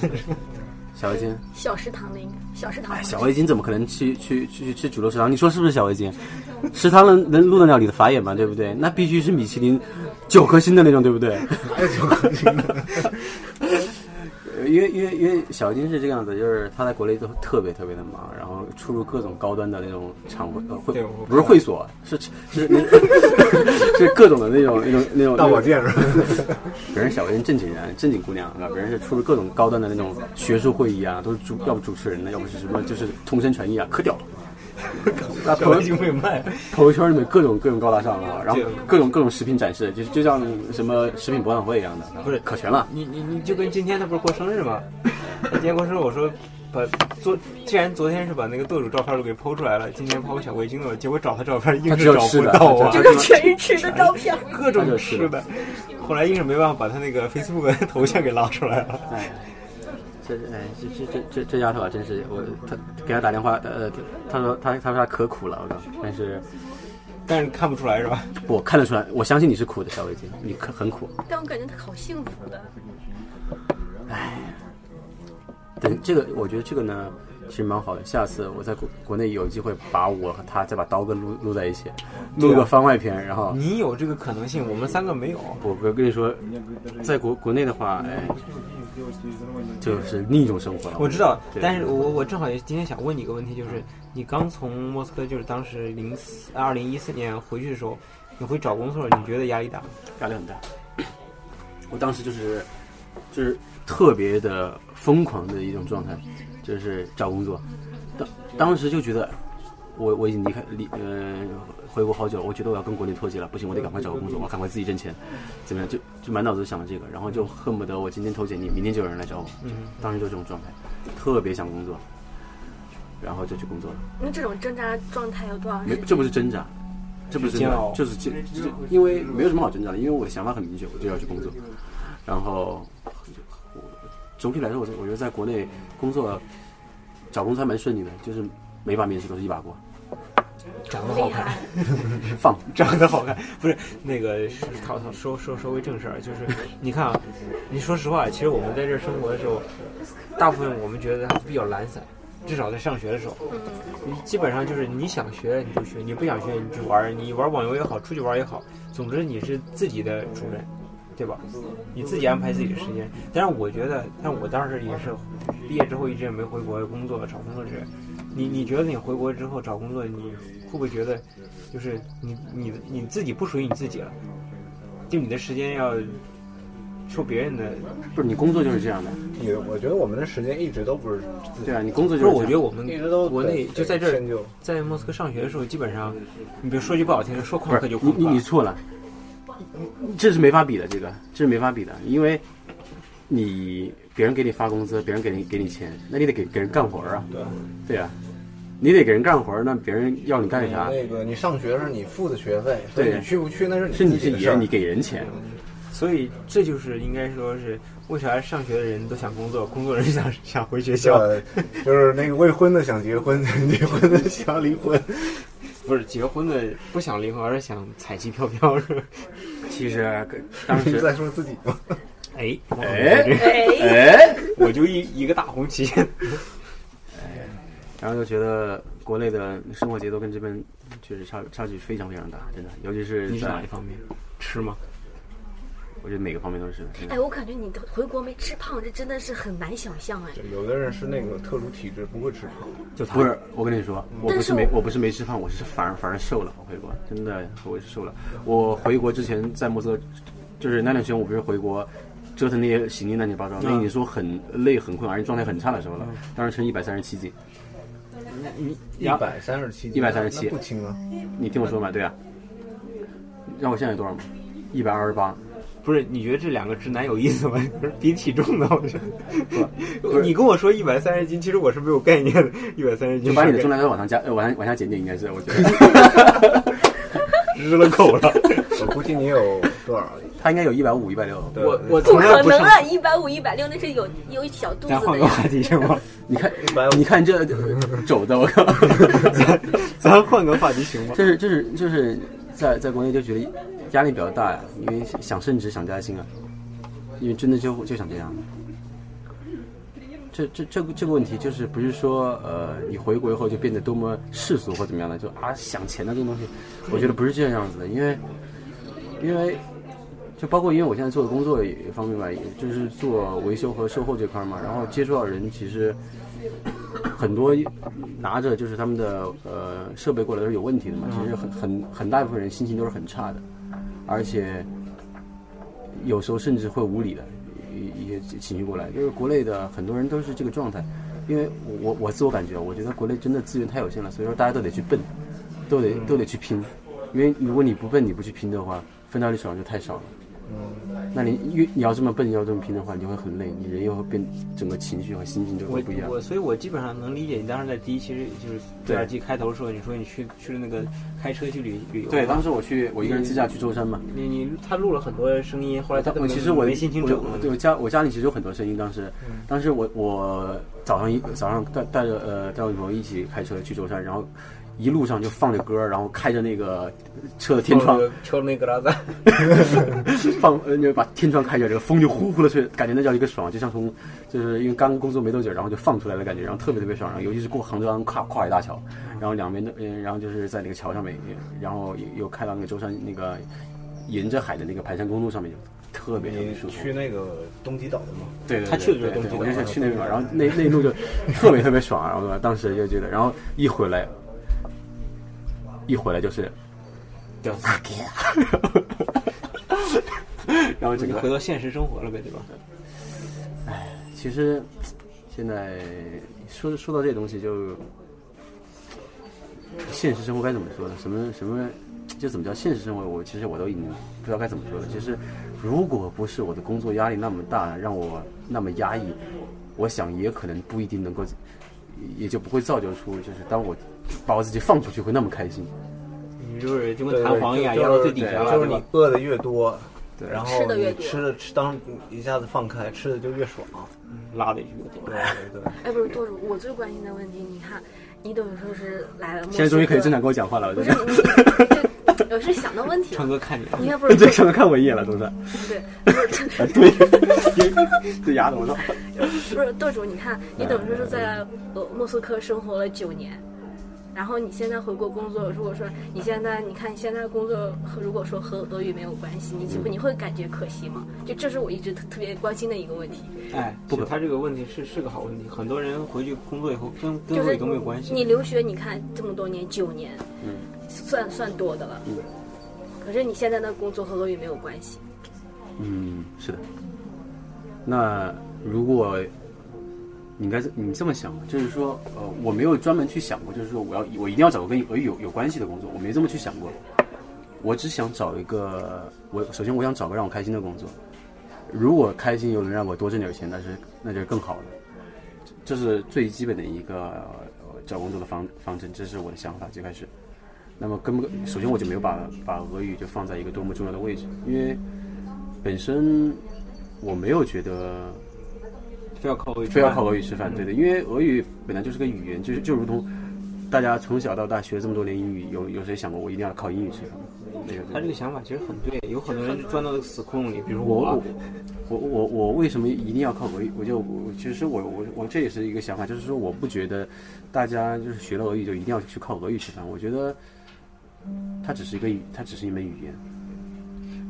Speaker 4: 小围巾。
Speaker 6: 小食堂那个小食堂，
Speaker 4: 哎，小围巾怎么可能去去去去吃煮肉食堂？你说是不是小围巾？食堂能能录得了你的法眼吗？对不对？那必须是米其林九颗星的那种，对不对？
Speaker 2: 还挺好吃的。
Speaker 4: 呃因为因为因为小金是这个样子，就是他在国内都特别特别的忙，然后出入各种高端的那种场会呃会
Speaker 5: 对我
Speaker 4: 不是会所，是是那是各种的那种那种那种
Speaker 2: 大保健是吧？
Speaker 4: *laughs* 别人小金正经人正经姑娘啊，别人是出入各种高端的那种学术会议啊，都是主要不主持人的，要不是什么就是通声传译啊，可屌了。 *laughs* 那
Speaker 5: 小围巾会卖，
Speaker 4: 朋友圈里面各种各种高大上啊，然后
Speaker 5: 对
Speaker 4: 各种各种食品展示，就就像什么食品博览会一样的，
Speaker 5: 不是
Speaker 4: 可全了。
Speaker 5: 你你你就跟今天他不是过生日吗？他今天过生日，我说把昨既然昨天是把那个舵主照片都给剖出来了，今天抛个小围巾了，结果找他照片硬
Speaker 4: 他只
Speaker 5: 是
Speaker 4: 有
Speaker 5: 找
Speaker 4: 吃
Speaker 5: 不
Speaker 4: 的
Speaker 5: 到啊
Speaker 4: 他，
Speaker 6: 这全是吃的照片。
Speaker 5: 各
Speaker 4: 他
Speaker 5: 种
Speaker 4: 就是
Speaker 5: 吃的。后来硬是没办法把他那个 Facebook 的头像给拉出来了。
Speaker 4: 哎，这哎这这这这这丫头啊，真是我她给她打电话，呃，她说她她说她可苦了，我靠！但是
Speaker 5: 但是看不出来是吧？
Speaker 4: 我看得出来，我相信你是苦的，小围巾，你可很苦。
Speaker 6: 但我感觉他好幸福的，
Speaker 4: 等这个，我觉得这个呢，其实蛮好的。下次我在国国内有机会把我和她再把刀跟录录在一起，录
Speaker 5: 啊
Speaker 4: 个番外篇，然后
Speaker 5: 你有这个可能性，我们三个没有。
Speaker 4: 我我跟你说，在国国内的话，哎，就是另一种生活了。
Speaker 5: 我知道，
Speaker 4: 对
Speaker 5: 但是我我正好也今天想问你一个问题，就是你刚从莫斯科，就是当时零四二零一四年回去的时候，你回找工作，你觉得压力大吗？
Speaker 4: 压力很大。 *clears throat* 我当时就是就是特别的疯狂的一种状态，就是找工作。当当时就觉得我我已经离开离呃回国好久了，我觉得我要跟国内脱节了，不行，我得赶快找个工作，我赶快自己挣钱，怎么样？就就满脑子想着这个，然后就恨不得我今天投简历，明天就有人来找我，就当时就这种状态，特别想工作，然后就去工作了。
Speaker 6: 那这种挣扎状态有多少
Speaker 4: 没
Speaker 6: 时，间？
Speaker 4: 这不是挣扎，这不是挣
Speaker 5: 煎
Speaker 4: 扎
Speaker 5: 熬，
Speaker 4: 就是这这，因为没有什么好挣扎的，因为我的想法很明确，我就要去工作。然后，我总体来说，我我觉得在国内工作找工作还蛮顺利的，就是每把面试都是一把过，
Speaker 5: 长得好看，
Speaker 4: 放 *laughs*
Speaker 5: 长得好看，不是那个讨讨说说说回正事儿，就是你看啊，你说实话，其实我们在这儿生活的时候，大部分我们觉得还比较懒散，至少在上学的时候，你基本上就是你想学你就学，你不想学你就玩儿，你玩网游也好，出去玩儿也好，总之你是自己的主人。对吧？你自己安排自己的时间，但是我觉得，但我当时也是毕业之后一直也没回国工作找工作之类。你你觉得你回国之后找工作，你会不会觉得就是你你你自己不属于你自己了，就你的时间要受别人的。
Speaker 4: 不是你工作就是这样的，
Speaker 2: 你我觉得我们的时间一直都不是自己
Speaker 4: 对，啊，你工作
Speaker 5: 就
Speaker 4: 就是是
Speaker 5: 我觉得
Speaker 4: 我
Speaker 5: 我们
Speaker 2: 一直都
Speaker 5: 国内就在这
Speaker 2: 深
Speaker 5: 儿，
Speaker 2: 究。
Speaker 5: 在莫斯科上学的时候，基本上，你比如说句不好听的，说
Speaker 4: 不
Speaker 5: 旷课
Speaker 4: 是
Speaker 5: 就
Speaker 4: 你
Speaker 5: 旷
Speaker 4: 你你
Speaker 5: 课。
Speaker 4: 错了，这是没法比的，这个这是没法比的，因为你别人给你发工资，别人给你给你钱，那你得给给人干活儿啊，对啊，你得给人干活儿，那别人要你干啥？
Speaker 2: 那个你上学是你付的学费，所以
Speaker 4: 对
Speaker 2: 你去不去那是你
Speaker 4: 是你
Speaker 2: 自
Speaker 4: 是
Speaker 2: 己的
Speaker 4: 你
Speaker 5: 啊
Speaker 2: 事儿。
Speaker 4: 你给人钱，
Speaker 5: 所以这就是应该说是为啥上学的人都想工作，工作人 *laughs* 想想回学校。
Speaker 2: 对就是那个未婚的想结婚， *laughs* 离婚的想离婚。
Speaker 5: 不是结婚的不想离婚，而是想彩旗飘飘是吧？ *laughs*
Speaker 4: 其实啊跟当
Speaker 2: 你在
Speaker 4: 时
Speaker 2: 说自己吗？ *laughs*
Speaker 5: 哎
Speaker 4: 哎
Speaker 6: 哎，
Speaker 4: 哎，
Speaker 5: 我就一一个大红旗。 *laughs*
Speaker 4: 然后就觉得国内的生活节奏跟这边确实差差距非常非常大，真的，尤其是
Speaker 5: 你是哪
Speaker 4: 在
Speaker 5: 一方面？吃吗？
Speaker 4: 我觉得每个方面都是的，真的
Speaker 6: 哎，我感觉你回国没吃胖，这真的是很难想象哎。
Speaker 2: 有的人是那个特殊体质，不会吃胖。
Speaker 5: 就他
Speaker 4: 不是，我跟你说，我不
Speaker 6: 但
Speaker 4: 是
Speaker 6: 是
Speaker 4: 没
Speaker 6: 我
Speaker 4: 我不是没吃胖，我是反而反而瘦了。我回国真的我是瘦了。我回国之前在莫斯科，就是那段时间我不是回国折腾那些行李乱七八糟，那
Speaker 5: 嗯
Speaker 4: 你说很累很困，而且状态很差的时候了，当时称一百三十七斤。
Speaker 5: 你
Speaker 2: 一
Speaker 5: 然后
Speaker 2: 百三十七，
Speaker 4: 137
Speaker 2: 那不轻啊！
Speaker 4: 你听我说嘛，对啊，让我现在有多少吗？一百二十八。
Speaker 5: 不是？你觉得这两个直男有意思吗？ *laughs* 不是比体重的，我觉
Speaker 4: 是
Speaker 5: 得。 *laughs* 你跟我说一百三十斤，其实我是没有概念的。一百三十斤
Speaker 4: 就把你的重量再往上加，呃，往上往下减减，应该是我觉得
Speaker 5: *laughs* 支了
Speaker 4: *laughs*
Speaker 5: 口了。
Speaker 2: 我估计你有多少？
Speaker 4: 他应该有一百五、一百六。
Speaker 2: 对
Speaker 5: 我我
Speaker 6: 不
Speaker 5: 从来
Speaker 6: 可
Speaker 5: 不
Speaker 6: 能
Speaker 5: 上。
Speaker 6: 啊！一百五、一百六那是有有一小肚
Speaker 5: 咱
Speaker 6: 子
Speaker 5: 换
Speaker 6: 的
Speaker 5: 个
Speaker 6: 呀。
Speaker 5: 话题行 *laughs* 吗？
Speaker 4: 你看
Speaker 2: 150，
Speaker 4: 你看这
Speaker 5: *laughs*
Speaker 4: 呃肘子，我靠！
Speaker 5: 咱换个话题行吗？
Speaker 4: 就是就是就是在在国内就觉得压力比较大呀，因为想升职想加薪啊，因为真的就就想这样。这这这个这个问题就是不是说呃你回国以后就变得多么世俗或怎么样的，就啊想钱的这种东西，我觉得不是这样子的，因为因为就包括因为我现在做的工作也方面吧，也就是做维修和售后这块儿嘛，然后接触到人其实很多拿着就是他们的呃设备过来都是有问题的嘛，其实很很很大一部分人心情都是很差的，而且有时候甚至会无理的一一些情绪过来，就是国内的很多人都是这个状态，因为我我我自我感觉，我觉得国内真的资源太有限了，所以说大家都得去笨，都得都得去拼，因为如果你不笨你不去拼的话，分到你手上就太少了。那你越你要这么笨，要这么拼的话，你会很累，你人又会变，整个情绪和心情都
Speaker 5: 我
Speaker 4: 会不一样。
Speaker 5: 我，所以我基本上能理解你当时在第一，其实就是第二季开头的时候，你说你去去了那个开车去旅旅游嘛，
Speaker 4: 对，当时我去，我一个人自驾去舟山嘛。
Speaker 5: 你你他录了很多声音，后来他
Speaker 4: 但
Speaker 5: 根
Speaker 4: 我
Speaker 5: 本
Speaker 4: 其实我
Speaker 5: 没心情
Speaker 4: 我
Speaker 5: 整
Speaker 4: 我对我家我家里其实有很多声音，当时，当时我我早上一早上带带着呃带我女朋友一起开车去舟山，然后一路上就放着歌，然后开着那个车的天窗，
Speaker 5: 敲那个拉赞，
Speaker 4: 放呃就把天窗开着，这个风就呼呼的吹，感觉那叫一个爽，就像从就是因为刚工作没多久，然后就放出来的感觉，然后特别特别爽。然后尤其是过杭州湾跨跨海大桥，然后两边的嗯，然后就是在那个桥上面，呃然后又又开到那个舟山那个沿着海的那个盘山公路上面，就特别特别
Speaker 2: 你
Speaker 4: 舒服。
Speaker 2: 去那个东极岛的吗？
Speaker 4: 对对，
Speaker 5: 他去的就
Speaker 4: 对
Speaker 5: 是东
Speaker 4: 对
Speaker 5: 京
Speaker 4: 我就是去那边嘛，然后那那一路就特别特别爽，然后当时就觉得，然后一回来，一回来就是，就 *laughs* 然后整
Speaker 5: 你
Speaker 4: 个
Speaker 5: 回到现实生活了呗，对吧？
Speaker 4: 其实现在说说到这东西就，现实生活该怎么说呢？什么什么，这怎么叫现实生活？我其实我都已经不知道该怎么说了。其实，如果不是我的工作压力那么大，让我那么压抑，我想也可能不一定能够，也就不会造就出就是当我把我自己放出去会那么开心。
Speaker 5: 你就是就
Speaker 2: 对对
Speaker 5: 跟弹簧一样，
Speaker 2: 就
Speaker 5: 压
Speaker 2: 是
Speaker 5: 到最底下了，
Speaker 2: 就是
Speaker 5: 对
Speaker 2: 你
Speaker 5: 吧？
Speaker 2: 饿的越多，
Speaker 5: 对
Speaker 2: 然后
Speaker 6: 吃得越
Speaker 2: 你
Speaker 6: 多
Speaker 2: 吃的吃，当一下子放开，吃的就越爽。
Speaker 5: 拉的越多。
Speaker 2: 对对对，
Speaker 6: 哎，不是舵主，我最关心的问题，你看，你等于说是来了，
Speaker 4: 现在终于可以正常跟我讲话了，我
Speaker 6: 不
Speaker 4: 觉
Speaker 6: 是
Speaker 4: 得。
Speaker 6: 你，你对我是想到问题
Speaker 4: *laughs*
Speaker 5: 川
Speaker 6: 了。
Speaker 5: 哥看你了，
Speaker 6: 你看不是
Speaker 4: 对，上面看我一眼了，总算。
Speaker 6: 对，
Speaker 4: 啊，对，对牙的我操。
Speaker 6: 不是舵主，你看，你等于说是在呃莫斯科生活了九年，然后你现在回国工作，如果说你现在，你看你现在工作和如果说和俄语没有关系，你岂
Speaker 4: 嗯
Speaker 6: 不你会感觉可惜吗？就这是我一直特特别关心的一个问题，
Speaker 5: 哎，
Speaker 4: 不
Speaker 5: 不
Speaker 4: 可
Speaker 5: 他这个问题是是个好问题，很多人回去工作以后跟跟
Speaker 6: 就
Speaker 5: 自
Speaker 6: 是
Speaker 5: 己都没有关系。嗯
Speaker 6: 你留学，你看这么多年，九年，算算多的了，可是你现在的工作和俄语没有关系，
Speaker 4: 嗯，是的。那如果你应该是你这么想吧，就是说，呃，我没有专门去想过，就是说我要我一定要找个跟俄语有有关系的工作，我没这么去想过。我只想找一个，我首先我想找个让我开心的工作。如果开心又能让我多挣点钱，那是那就是更好了。这是最基本的一个呃找工作的方方针，这是我的想法最开始。那么根本首先我就没有把把俄语就放在一个多么重要的位置，因为本身我没有觉得
Speaker 5: 非要靠位置
Speaker 4: 非要靠俄语吃饭，对的，因为俄语本来就是个语言，就是就如同大家从小到大学这么多年英语，有有谁想过我一定要靠英语吃饭？没有。
Speaker 5: 他这个想法其实很对，有很多人钻到死胡同里，比如
Speaker 4: 我
Speaker 5: 我啊
Speaker 4: 我我我我为什么一定要靠俄语？我就我其实我我我这也是一个想法，就是说我不觉得大家就是学了俄语就一定要去靠俄语吃饭，我觉得它只是一个语它只是一门语言，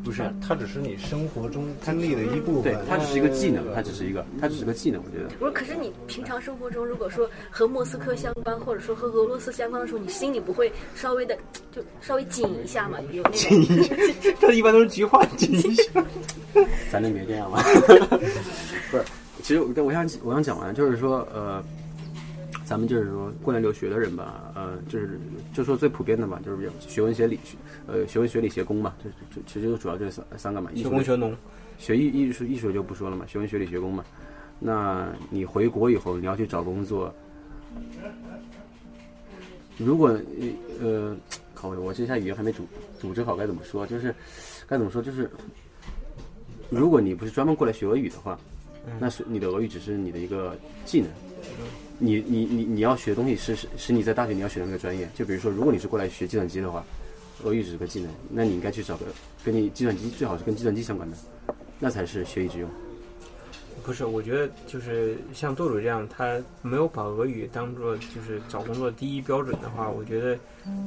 Speaker 5: 不是
Speaker 2: 它只是你生活中经历的一部
Speaker 4: 对
Speaker 2: 分，，
Speaker 4: 它只是一个技能，它只是一个它只是个技能，我觉得。
Speaker 6: 不是，可是你平常生活中，如果说和莫斯科相关，或者说和俄罗斯相关的时候，你心里不会稍微的就稍微紧一下嘛？有那种
Speaker 5: *laughs* 他一般都是菊花锦衣香。
Speaker 4: *laughs* 咱能别这样吗？不是，其实我我想我想讲完，就是说呃，咱们就是说过来留学的人吧，呃，就是就说最普遍的吧，就是学文学理学，呃，学文学理学工吧，就是就其实就主要这三三个嘛，艺
Speaker 5: 学
Speaker 4: 术
Speaker 5: 工学农，
Speaker 4: 学艺艺术艺术就不说了嘛，学文学理学工嘛。那你回国以后，你要去找工作，如果呃呃，靠，我这下语言还没组组织好该怎么说，就是该怎么说，就是如果你不是专门过来学俄语的话，那是你的俄语只是你的一个技能。你你你你要学的东西是是是你在大学你要学的那个专业，就比如说，如果你是过来学计算机的话，俄语只是个技能，那你应该去找个跟你计算机最好是跟计算机相关的，那才是学以致用。
Speaker 5: 不是，我觉得就是像舵主这样，他没有把俄语当做就是找工作第一标准的话，我觉得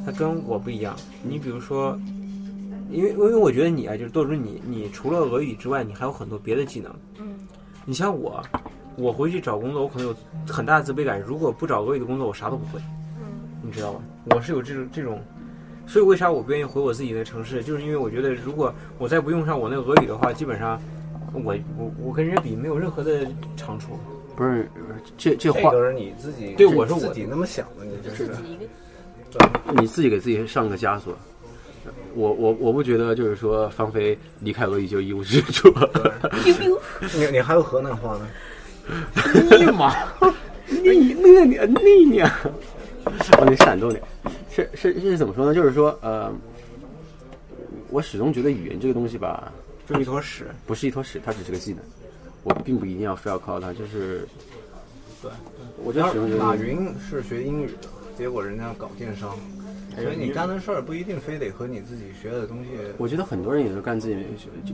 Speaker 5: 他跟我不一样。你比如说，因为因为我觉得你啊，就是舵主你，你除了俄语之外，你还有很多别的技能。
Speaker 6: 嗯，
Speaker 5: 你像我，我回去找工作，我可能有很大的自卑感。如果不找俄语的工作，我啥都不会。
Speaker 6: 嗯，
Speaker 5: 你知道吧？我是有这种这种，所以为啥我不愿意回我自己的城市？就是因为我觉得，如果我再不用上我那个俄语的话，基本上我我我跟人家比没有任何的长处。
Speaker 4: 不是，呃这这
Speaker 2: 这
Speaker 4: 话
Speaker 2: 都是你自己
Speaker 5: 对
Speaker 2: 自
Speaker 5: 我是我
Speaker 2: 自己那么想的，你就
Speaker 6: 自
Speaker 2: 是
Speaker 6: 己一个
Speaker 4: 你自己给自己上个枷锁。我我我不觉得就是说芳菲离开俄语就一无是处。
Speaker 6: biu biu，
Speaker 2: 你你还有河南话呢，
Speaker 4: 你妈，你那你那你，我得闪动点。是是是怎么说呢？就是说呃，我始终觉得语言这个东西吧，
Speaker 5: 就是一坨屎，
Speaker 4: 不是一坨屎，它只是个技能。我并不一定要非要靠它，就是
Speaker 2: 对。
Speaker 4: 我觉得始终觉得
Speaker 2: 马云是学英语的，结果人家搞电商，所以你干的事儿不一定非得和你自己学的东西。
Speaker 4: 我觉得很多人也是干自己没学，就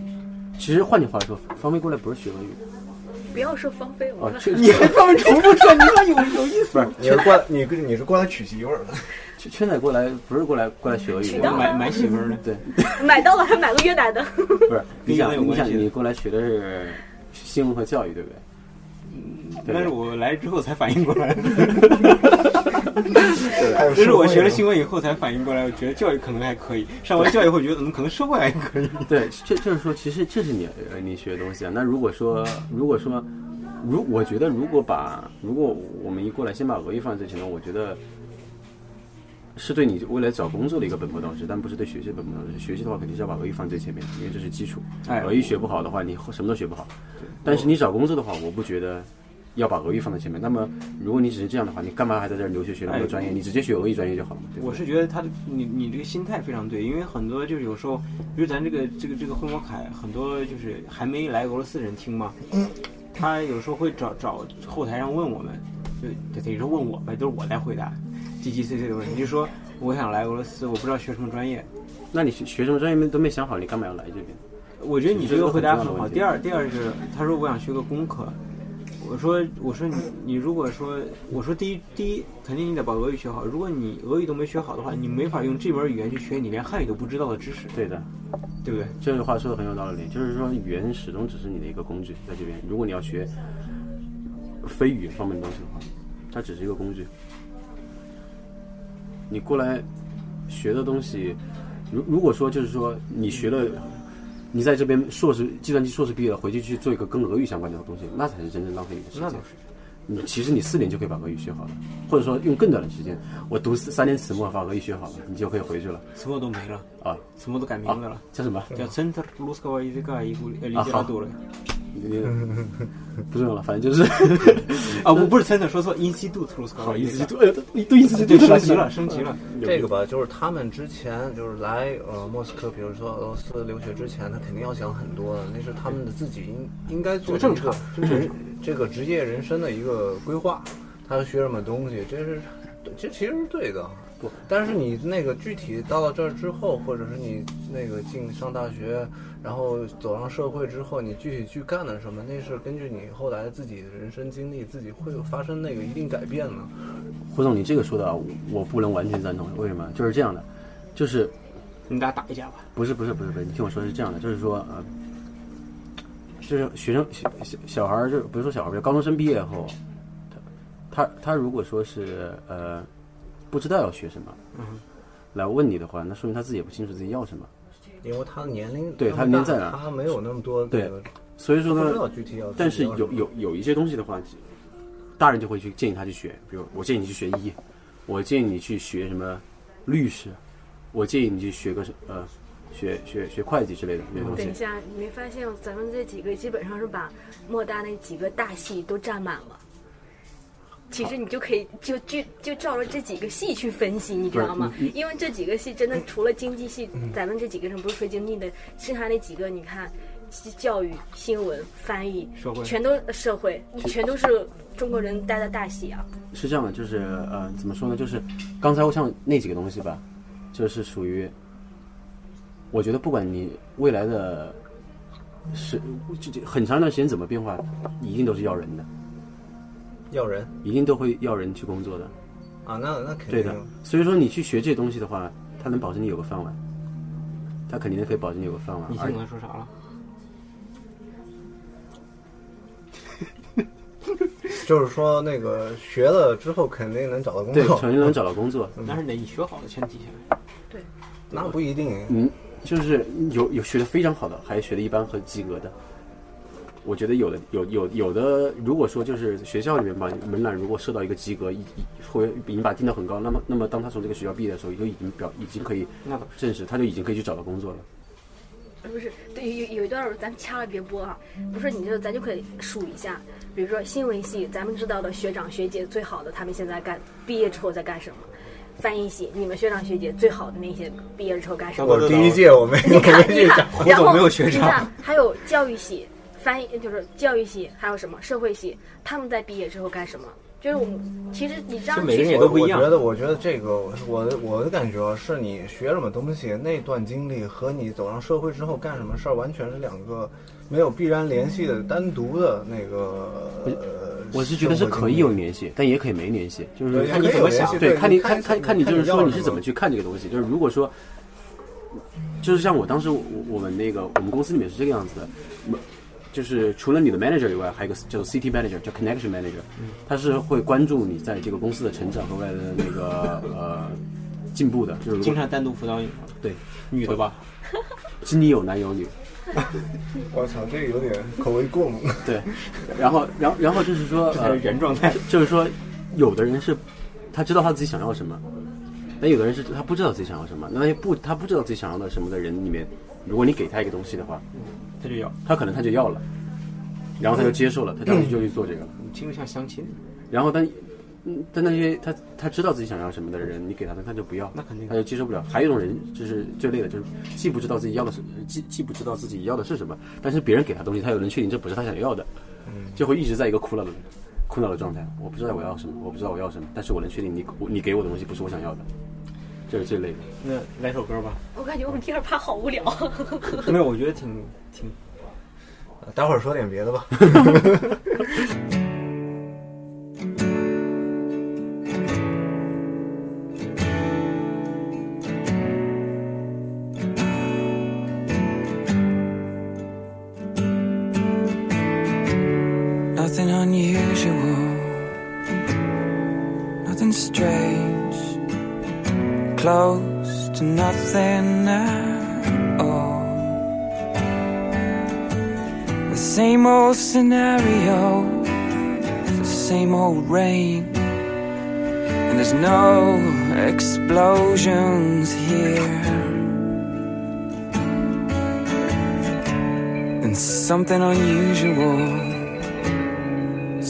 Speaker 4: 其实换句话说，方飞过来不是学俄语
Speaker 6: 不要说芳菲，我
Speaker 4: *laughs* 哦，
Speaker 6: 们
Speaker 4: 确你还专门重复说，你妈有有意思。
Speaker 2: 你是过来，你你是过来娶媳妇儿的，
Speaker 4: 圈圈仔过来不是过来过来学俄语
Speaker 6: 渠
Speaker 4: 的，
Speaker 6: 道
Speaker 4: 买
Speaker 5: 买买媳妇儿呢。
Speaker 4: 对，
Speaker 6: 买到了还买个越南的，
Speaker 4: 不是你
Speaker 5: 跟英文有
Speaker 4: 想你想
Speaker 5: 关系的
Speaker 4: 你过来学的是新闻和教育，对不对？对
Speaker 5: 但是我来之后才反应过 *laughs* 来，
Speaker 2: 还有
Speaker 5: 这是我学了
Speaker 2: 新
Speaker 5: 新闻以后才反应过来，我觉得教育可能还可以。上完教育后，觉得嗯，可能社会还可以。
Speaker 4: 对，这就是说，其实这是你呃你学的东西啊。那如果说，如果说，如我觉得，如果把如果我们一过来先把俄语放在最前面，我觉得是对你未来找工作的一个本末倒置，但不是对学习本末倒置。学习的话，肯定是要把俄语放最前面，因为这是基础。
Speaker 5: 哎
Speaker 4: 俄语学不好的话，你后什么都学不好。但是你找工作的话，我不觉得要把俄语放在前面。那么，如果你只是这样的话，你干嘛还在这儿留学学那么多专业？你直接学俄语专业就好了嘛。对不
Speaker 5: *laughs* 哎我
Speaker 4: 对
Speaker 5: 是觉得他的你你这个心态非常对，因为很多就是有时候，比如咱这个这个这个混国凯，很多就是还没来俄罗斯人听嘛，他有时候会找找后台上问我们，就等于说问我呗，都是我来回答，叽叽碎碎的问题，就说我想来俄罗斯，我不知道学什么专业。
Speaker 4: 那你学学什么专业没都没想好，你干嘛要来这边？
Speaker 5: 我觉得你这个回答很
Speaker 4: 这
Speaker 5: 好。
Speaker 4: 是一
Speaker 5: 第
Speaker 4: 个
Speaker 5: 二，
Speaker 4: 很
Speaker 5: 第二是他说我想学个工科，我说我说你你如果说我说第一第一肯定你得把俄语学好，如果你俄语都没学好的话，你没法用这门语言去学你连汉语都不知道的知识，
Speaker 4: 对的，
Speaker 5: 对不对？
Speaker 4: 这句话说的很有道理，就是说语言始终只是你的一个工具，在这边，如果你要学非语言方面的东西的话，它只是一个工具。你过来学的东西，如如果说就是说你学了，你在这边硕士计算机硕士毕业了，回去去做一个跟俄语相关的东西，那才是真正浪费你的时
Speaker 5: 那
Speaker 4: 间
Speaker 5: 倒。是。
Speaker 4: 你其实你四年就可以把俄语学好了，或者说用更短的时间，我读四三年词末把俄语学好了，你就可以回去了
Speaker 5: 词末都没了，
Speaker 4: 啊
Speaker 5: 词末都改名字了
Speaker 4: 啊，，叫什么？
Speaker 5: 叫 Center Ruskogo Языка и Гу- э, Литературы
Speaker 4: 那个不重要了，反正就是
Speaker 5: 啊，不不是 Center，说错，Institut Ruskogo
Speaker 4: 不好意思，
Speaker 5: Языка
Speaker 4: 就哎，你对意思就
Speaker 5: 对，升级了，升级了。
Speaker 2: 这个吧，就是他们之前就是来呃莫斯科，比如说俄罗斯留学之前，他肯定要想很多的，那是他们的自己应应该做
Speaker 5: 这个
Speaker 2: 正
Speaker 5: 正
Speaker 2: 常
Speaker 5: 常
Speaker 2: 人这个职业人生的一个规划，他学什么东西，这是这其实是对的。不，但是你那个具体到了这儿之后，或者是你那个进上大学，然后走上社会之后，你具体去干了什么，那是根据你后来自己的人生经历，自己会有发生那个一定改变的。
Speaker 4: 胡总，你这个说的啊我我不能完全赞同，为什么？就是这样的，就是
Speaker 5: 你俩打一架吧。
Speaker 4: 不是不是不是不是，你听我说是这样的，就是说呃，就是学生小小小孩儿，就是不是说小孩儿，就高中生毕业后，他他他如果说是呃不知道要学什么，来问你的话，那说明他自己也不清楚自己要什么。
Speaker 2: 因为他年龄
Speaker 4: 对
Speaker 2: 那么
Speaker 4: 他年
Speaker 2: 大
Speaker 4: 在哪儿
Speaker 2: 他没有那么多
Speaker 4: 对
Speaker 2: 那个
Speaker 4: 所以说
Speaker 2: 不知道
Speaker 4: 呢，
Speaker 2: 具体要自己
Speaker 4: 但是
Speaker 2: 要什
Speaker 4: 有
Speaker 2: 么
Speaker 4: 有有一些东西的话，大人就会去建议他去学，比如我建议你去学医，我建议你去学什么律师，我建议你去学个什呃，学学学会计之类的那些东
Speaker 6: 等一
Speaker 4: 西。
Speaker 6: 下，你没发现咱们这几个基本上是把莫大那几个大戏都占满了。其实你就可以就就就照着这几个戏去分析，你知道吗
Speaker 4: 对你？
Speaker 6: 因为这几个戏真的除了经济系，咱们这几个人不是说经济的，剩下那几个你看，教育、新闻、翻译
Speaker 5: 社会，
Speaker 6: 全都呃社会，全都是中国人待的大戏啊。
Speaker 4: 是这样的，就是呃，怎么说呢？就是刚才我像那几个东西吧，就是属于，我觉得不管你未来的是这这很长一段时间怎么变化，一定都是要人的，
Speaker 2: 要人
Speaker 4: 一定都会要人去工作的。
Speaker 2: 啊，那那肯定
Speaker 4: 对的，所以说你去学这些东西的话，它能保证你有个饭碗，它肯定可以保证你有个饭碗
Speaker 5: 你。
Speaker 4: 而
Speaker 5: 听我在说啥了？
Speaker 2: 就是说那个学了之后肯定能找到工
Speaker 4: 对，
Speaker 2: 作，
Speaker 4: 肯定能找到工作。
Speaker 5: 但是得你学好的前提下。
Speaker 2: 那不一定。
Speaker 4: 嗯，就是有有学的非常好的，还有学的一般和及格的。我觉得有的有有有的，如果说就是学校里面把门槛如果设到一个及格，一一或者已经把它定得很高，那么那么当他从这个学校毕业的时候，就已经表已经可以
Speaker 5: 那倒
Speaker 4: 证实，他就已经可以去找到工作了。
Speaker 6: 不是，对有有有一段儿咱们掐了别播啊，不是你这咱就可以数一下，比如说新闻系咱们知道的学长学姐最好的，他们现在干毕业之后在干什么？翻译系你们学长学姐最好的那些毕业之后干什么？
Speaker 2: 我第一届我没
Speaker 6: 你
Speaker 2: 有
Speaker 6: 看，你
Speaker 2: 没
Speaker 6: 看，然
Speaker 5: 总
Speaker 6: 后
Speaker 5: 没有学长
Speaker 6: 你看，还有教育系、翻译就是教育系，还有什么社会系，他们在毕业之后干什么？就是我们其实你这样
Speaker 5: 是每个人也
Speaker 2: 我
Speaker 5: 都不一样
Speaker 2: 我觉得，我觉得这个，我的我的感觉是你学什么东西那段经历和你走上社会之后干什么事儿，完全是两个没有必然联系的单独的那个。呃
Speaker 4: 我是觉得是可以有
Speaker 2: 生活经历
Speaker 4: 联系，但也可以没联系，就是
Speaker 2: 对
Speaker 4: 看
Speaker 2: 也
Speaker 4: 你
Speaker 2: 可以
Speaker 4: 怎么
Speaker 2: 有联
Speaker 4: 想，
Speaker 2: 系
Speaker 4: 对，
Speaker 2: 对
Speaker 4: 看
Speaker 2: 你
Speaker 4: 看看
Speaker 2: 看你
Speaker 4: 看你
Speaker 2: 看
Speaker 4: 就是
Speaker 2: 你要
Speaker 4: 说你
Speaker 2: 什
Speaker 4: 是
Speaker 2: 么
Speaker 4: 怎么去看这个东西，就是如果说，就是像我当时我我们那个我们公司里面是这个样子的，就是除了你的 manager 以外，还有一个叫做 CT manager，叫 connection manager，他
Speaker 5: 嗯
Speaker 4: 是会关注你在这个公司的成长和未来的那个呃进步的，就是如
Speaker 5: 经
Speaker 4: 果
Speaker 5: 常单独辅导你，
Speaker 4: 对，
Speaker 5: 女的吧？
Speaker 4: 经理有男有女，
Speaker 2: 我操，这个有点口味过猛。
Speaker 5: *laughs*
Speaker 4: 对，然后然后然后就是说
Speaker 5: 这才
Speaker 4: 呃
Speaker 5: 是原状态。
Speaker 4: 就是说，有的人是他知道他自己想要什么，那有的人是他不知道自己想要什么，那些不他不知道自己想要的什么的人里面，如果你给他一个东西的话，
Speaker 5: 他就要，
Speaker 4: 他可能他就要了，然后他就接受
Speaker 5: 嗯
Speaker 4: 了，他当时就去做这个了。
Speaker 5: 听着像相亲，
Speaker 4: 然后但嗯但那些他他知道自己想要什么的人，你给他的他就不要，
Speaker 5: 那肯定
Speaker 4: 他就接受不了。还有一种人就是最累的，就是既不知道自己要的是既既不知道自己要的是什么，但是别人给他东西，他有能确定这不是他想要的，
Speaker 5: 嗯
Speaker 4: 就会一直在一个苦恼的苦恼的状态。我不知道我要什么，我不知道我要什么，但是我能确定你你给我的东西不是我想要的，这是最累的。
Speaker 5: 那来首歌吧。
Speaker 6: 我感觉我们第二趴好无聊。
Speaker 5: 没有，我觉得挺挺
Speaker 2: 待会儿说点别的吧。
Speaker 9: Nothing unusual, nothing strange, close to nothing at all. The same old scenario, the same old rain, and there's no explosions here. And something unusual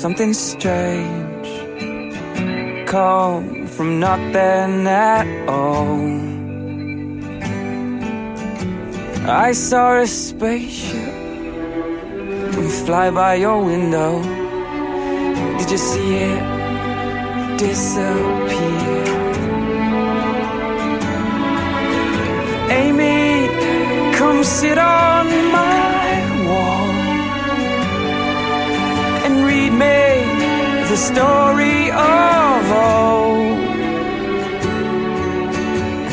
Speaker 9: something strange come from nothing at all. I saw a spaceship fly by your window. Did you see it disappear? Amy, come sit on my wall and read me the story of old.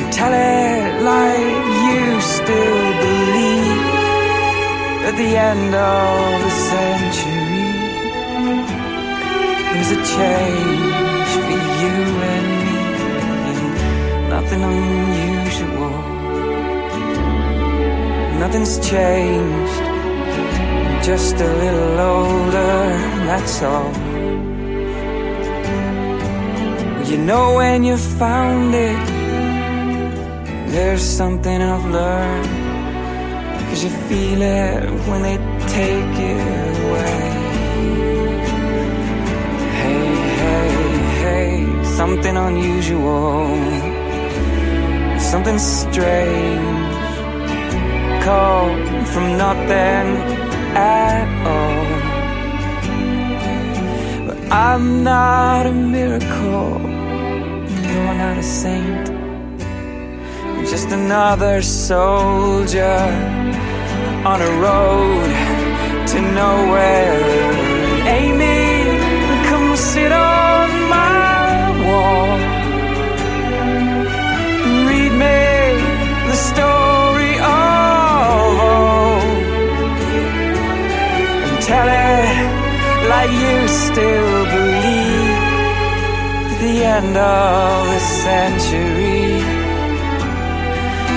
Speaker 9: And tell it like you still believe at the end of the century there's a change for you and me. Nothing unusual, nothing's changed just a little older, that's all. You know when you found it, there's something I've learned. Cause you feel it when they take it away. Hey, hey, hey, something unusual, something strange call from nothing at all. But I'm not a miracle, you're not a saint. I'm just another soldier on a road to nowhere. Amy, come sit on my wall read me the story of old and tell it like you still believe at the end of the century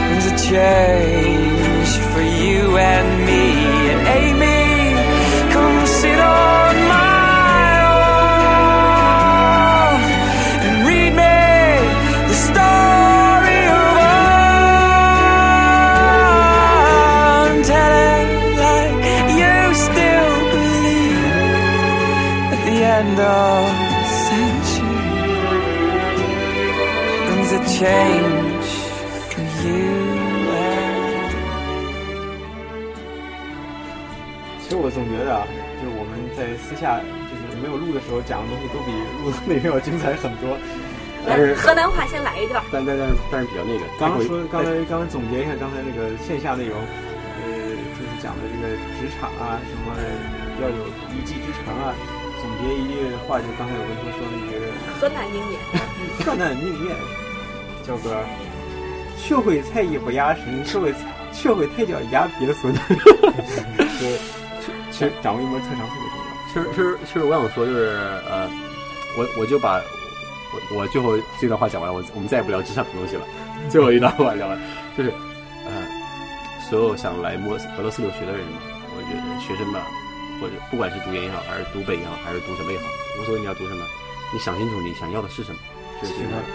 Speaker 9: there's a change for you and me and Amy come sit on my wall and read me the story of all. Tell it like you still believe at the end of the century brings a change for you and
Speaker 5: 其实我总觉得啊，就是我们在私下就是没有录的时候讲的东西都比录的那边要精彩很多。但
Speaker 6: 来
Speaker 5: 是，
Speaker 6: 河南话先来一段。
Speaker 4: 但但但是但是比较那个，
Speaker 5: 刚刚
Speaker 4: 会
Speaker 5: 说，刚才刚刚总结一下刚才那个线下内容，呃，就是讲的这个职场啊，什么要有一技之长啊。总结一句话，就刚才有跟同学说的一个
Speaker 6: 河南鹰眼，
Speaker 5: 患难命运，叫哥，学会才艺不压身，学会学会抬脚压别 *laughs* 孙。对，其实掌握一门特长特别重要。
Speaker 4: 其实，其实，其实我想说就是，呃，我我就把我我最后这段话讲完了，我我们再也不聊职场的东西了。最后一段话聊完，就是，呃，所有想来莫斯俄罗斯留学的人嘛，我觉得学生吧，或者不管是读研也好，还是读北也好，还是读什么也好，无所谓你要读什么，你想清楚你想要的是什么，这是
Speaker 5: 其
Speaker 4: 最重要的。
Speaker 5: 实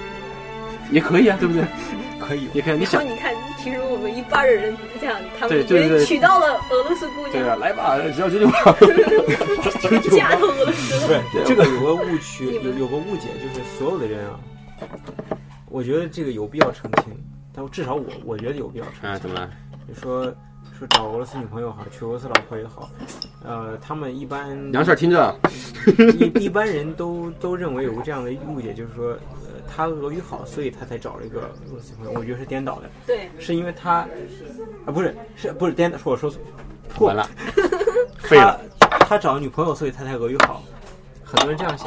Speaker 4: 也可以啊，对不对？
Speaker 5: 啊 *laughs* 可以。
Speaker 4: 也可以，你
Speaker 6: 然
Speaker 5: *laughs*
Speaker 6: 后
Speaker 4: 想
Speaker 6: 你看，其实我们一半儿的人都这样，他们
Speaker 4: 对
Speaker 6: 已
Speaker 4: 对
Speaker 6: 经
Speaker 4: 对
Speaker 6: 娶到了俄罗斯姑
Speaker 4: 对
Speaker 6: 娘
Speaker 4: 啊，，来吧，只要九九八，九九
Speaker 6: *laughs* 嫁到俄
Speaker 5: *laughs*
Speaker 6: 罗斯
Speaker 5: 不
Speaker 6: 了。
Speaker 5: 是这个有个误区，有有个误解，就是所有的人啊，我觉得这个有必要澄清，但至少我我觉得有必要澄
Speaker 4: 啊，
Speaker 5: 清。
Speaker 4: 怎么了？
Speaker 5: 就说说找俄罗斯女朋友好，娶俄罗斯老婆也好，呃，他们一般
Speaker 4: 杨婶儿听着，
Speaker 5: 一一般人都都认为有个这样的误解，就是说，呃，他俄语好，所以他才找了一个俄罗斯女朋友。我觉得是颠倒的，
Speaker 6: 对，
Speaker 5: 是因为他啊，不是是不是颠倒，说我说错，
Speaker 4: 完了，废
Speaker 5: 他
Speaker 4: 了。
Speaker 5: 他找了女朋友，所以他才俄语好。很多人这样想，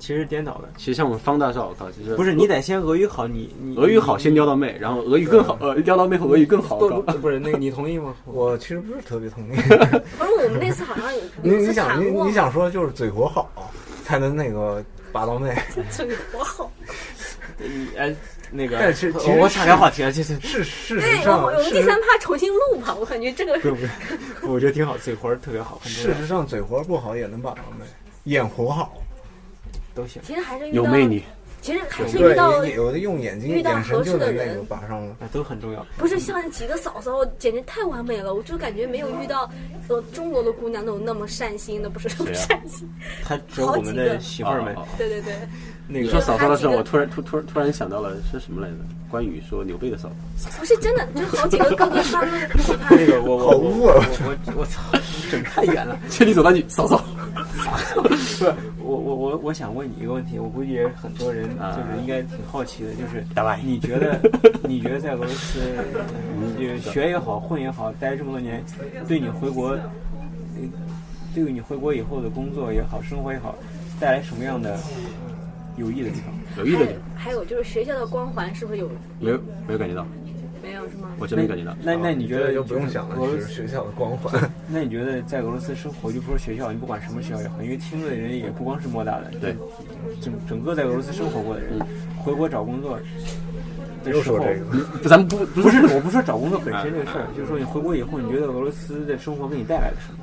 Speaker 5: 其实是颠倒的。
Speaker 4: 其实像我们方大少，我靠，就是
Speaker 5: 不是你得先俄语好，你你
Speaker 4: 俄语好，先撩到妹，然后俄语更好，呃，撩到妹和俄语更好，我靠
Speaker 5: 你不是那个你同意吗？
Speaker 2: 我其实不是特别同意。
Speaker 6: 不是我们那次好像有
Speaker 2: 你
Speaker 6: 有一
Speaker 2: 你
Speaker 6: 次
Speaker 2: 想你
Speaker 6: 谈过，
Speaker 2: 你想说就是嘴活好，才能那个把到
Speaker 6: *laughs*
Speaker 2: 妹。
Speaker 6: *laughs* 这个多好。
Speaker 5: 你哎，那个
Speaker 2: 嗯但是其实
Speaker 5: 我岔开话题了，啊其实
Speaker 2: 事事
Speaker 6: 对
Speaker 2: 实，
Speaker 6: 哎我我
Speaker 2: 上，
Speaker 6: 们
Speaker 2: 事
Speaker 6: 第
Speaker 2: 实
Speaker 6: 三趴重新录吧，我感觉这个
Speaker 5: 不是不是，我觉得挺好，嘴活儿特别好，很重
Speaker 2: 事
Speaker 5: 要
Speaker 2: 实上嘴活不好也能把到妹，眼活好。
Speaker 5: 都行。
Speaker 6: 其实还是遇到
Speaker 4: 有魅力。
Speaker 6: 其实还是遇
Speaker 2: 对
Speaker 6: 到，
Speaker 2: 也有的用眼睛、
Speaker 6: 遇到
Speaker 2: 眼神
Speaker 6: 合适
Speaker 2: 就
Speaker 6: 的
Speaker 2: 能那个
Speaker 6: 人
Speaker 2: 把上了。
Speaker 5: 啊，都很重要。
Speaker 6: 不是像几个嫂嫂，简直太完美了，我就感觉没有遇到呃中国的姑娘那种那么善心的，不是那么
Speaker 4: 谁啊
Speaker 6: 善心。
Speaker 5: 他只有我们的媳妇儿们
Speaker 2: 哦
Speaker 4: 好几，
Speaker 6: 对对对，
Speaker 5: 那
Speaker 4: 你说
Speaker 5: 个
Speaker 4: 嫂嫂的时候，我突然突突突然想到了是什么来着？关羽说刘备的嫂嫂，
Speaker 6: 不是真的，就是好几个哥哥他们可怕。
Speaker 5: 那个我
Speaker 2: 好
Speaker 5: 我我
Speaker 2: 污
Speaker 5: 我
Speaker 2: 啊
Speaker 5: 我我操， *laughs* 整太远了。
Speaker 4: 千里走单骑，嫂嫂。
Speaker 5: 不是，我我我我想问你一个问题，我估计也很多人就是应该挺好奇的，就是你觉得你觉得在俄罗斯呃就是学也好，混也好，待这么多年，对你回国，呃对于你回国以后的工作也好，生活也好，带来什么样的有益的地方？
Speaker 4: 有意
Speaker 6: 还
Speaker 4: 的
Speaker 6: 有还有就是学校的光环是不是有
Speaker 4: 没有没有感觉到，
Speaker 6: 没有是吗？
Speaker 4: 我真没感觉到。
Speaker 5: 那那你觉得
Speaker 2: 啊就不用想了，
Speaker 5: 俄罗
Speaker 2: 是
Speaker 5: 斯
Speaker 2: 学校的光 *laughs* 环。
Speaker 5: 那你觉得在俄罗斯生活，就不说学校，你不管什么学校也好，因为听的人也不光是莫大的，
Speaker 4: 对，
Speaker 5: 整整个在俄罗斯生活过的人，回国找工作的
Speaker 2: 又
Speaker 5: 时候
Speaker 2: 说，这个，
Speaker 4: 不咱们不嗯不
Speaker 5: 不
Speaker 4: 是
Speaker 5: 是我不是说找工作本身这个事儿，就是说你回国以后，你觉得俄罗斯的生活给你带来了什么？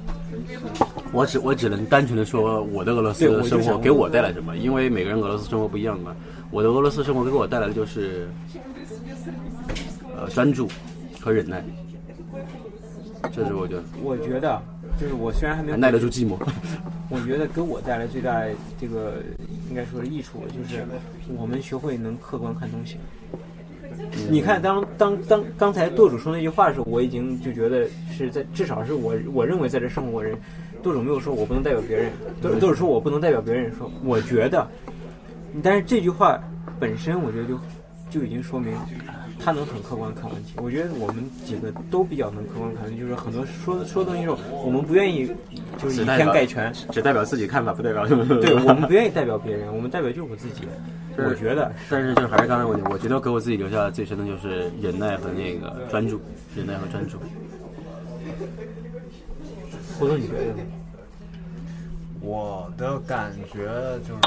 Speaker 4: 我只我只能单纯的说我的俄罗斯
Speaker 5: 对我就
Speaker 4: 生
Speaker 5: 想
Speaker 4: 活
Speaker 5: 问
Speaker 4: 给我带来什么，因为每个人俄罗斯生活不一样嘛。我的俄罗斯生活给我带来的就是，呃，专注和忍耐，这是我觉得
Speaker 5: 我觉得，就是我虽然还没有
Speaker 4: 耐得住寂寞。
Speaker 5: 我觉得给我带来最大的这个应该说是益处，就是我们学会能客观看东西。你看，当当当刚才舵主说那句话的时候，我已经就觉得是在至少是我我认为在这生活的人，舵主没有说我不能代表别人，舵舵主说我不能代表别人，说我觉得，但是这句话本身我觉得就就已经说明他能很客观看问题。我觉得我们几个都比较能客观看问题，就是很多说说东西的时候，我们不愿意就是以
Speaker 4: 代
Speaker 5: 偏
Speaker 4: 表
Speaker 5: 概全，
Speaker 4: *laughs* 只代表自己看法，不代表
Speaker 5: 对
Speaker 4: *laughs* 对
Speaker 5: 我们不愿意代表别人，我们代表就是我自己。
Speaker 4: 是
Speaker 5: 我觉得，
Speaker 4: 但是就是还是刚才我讲，我觉得给我自己留下最深的就是忍耐和那个专注，忍耐和专注。
Speaker 5: 胡总你觉得呢？
Speaker 2: 我的感觉就是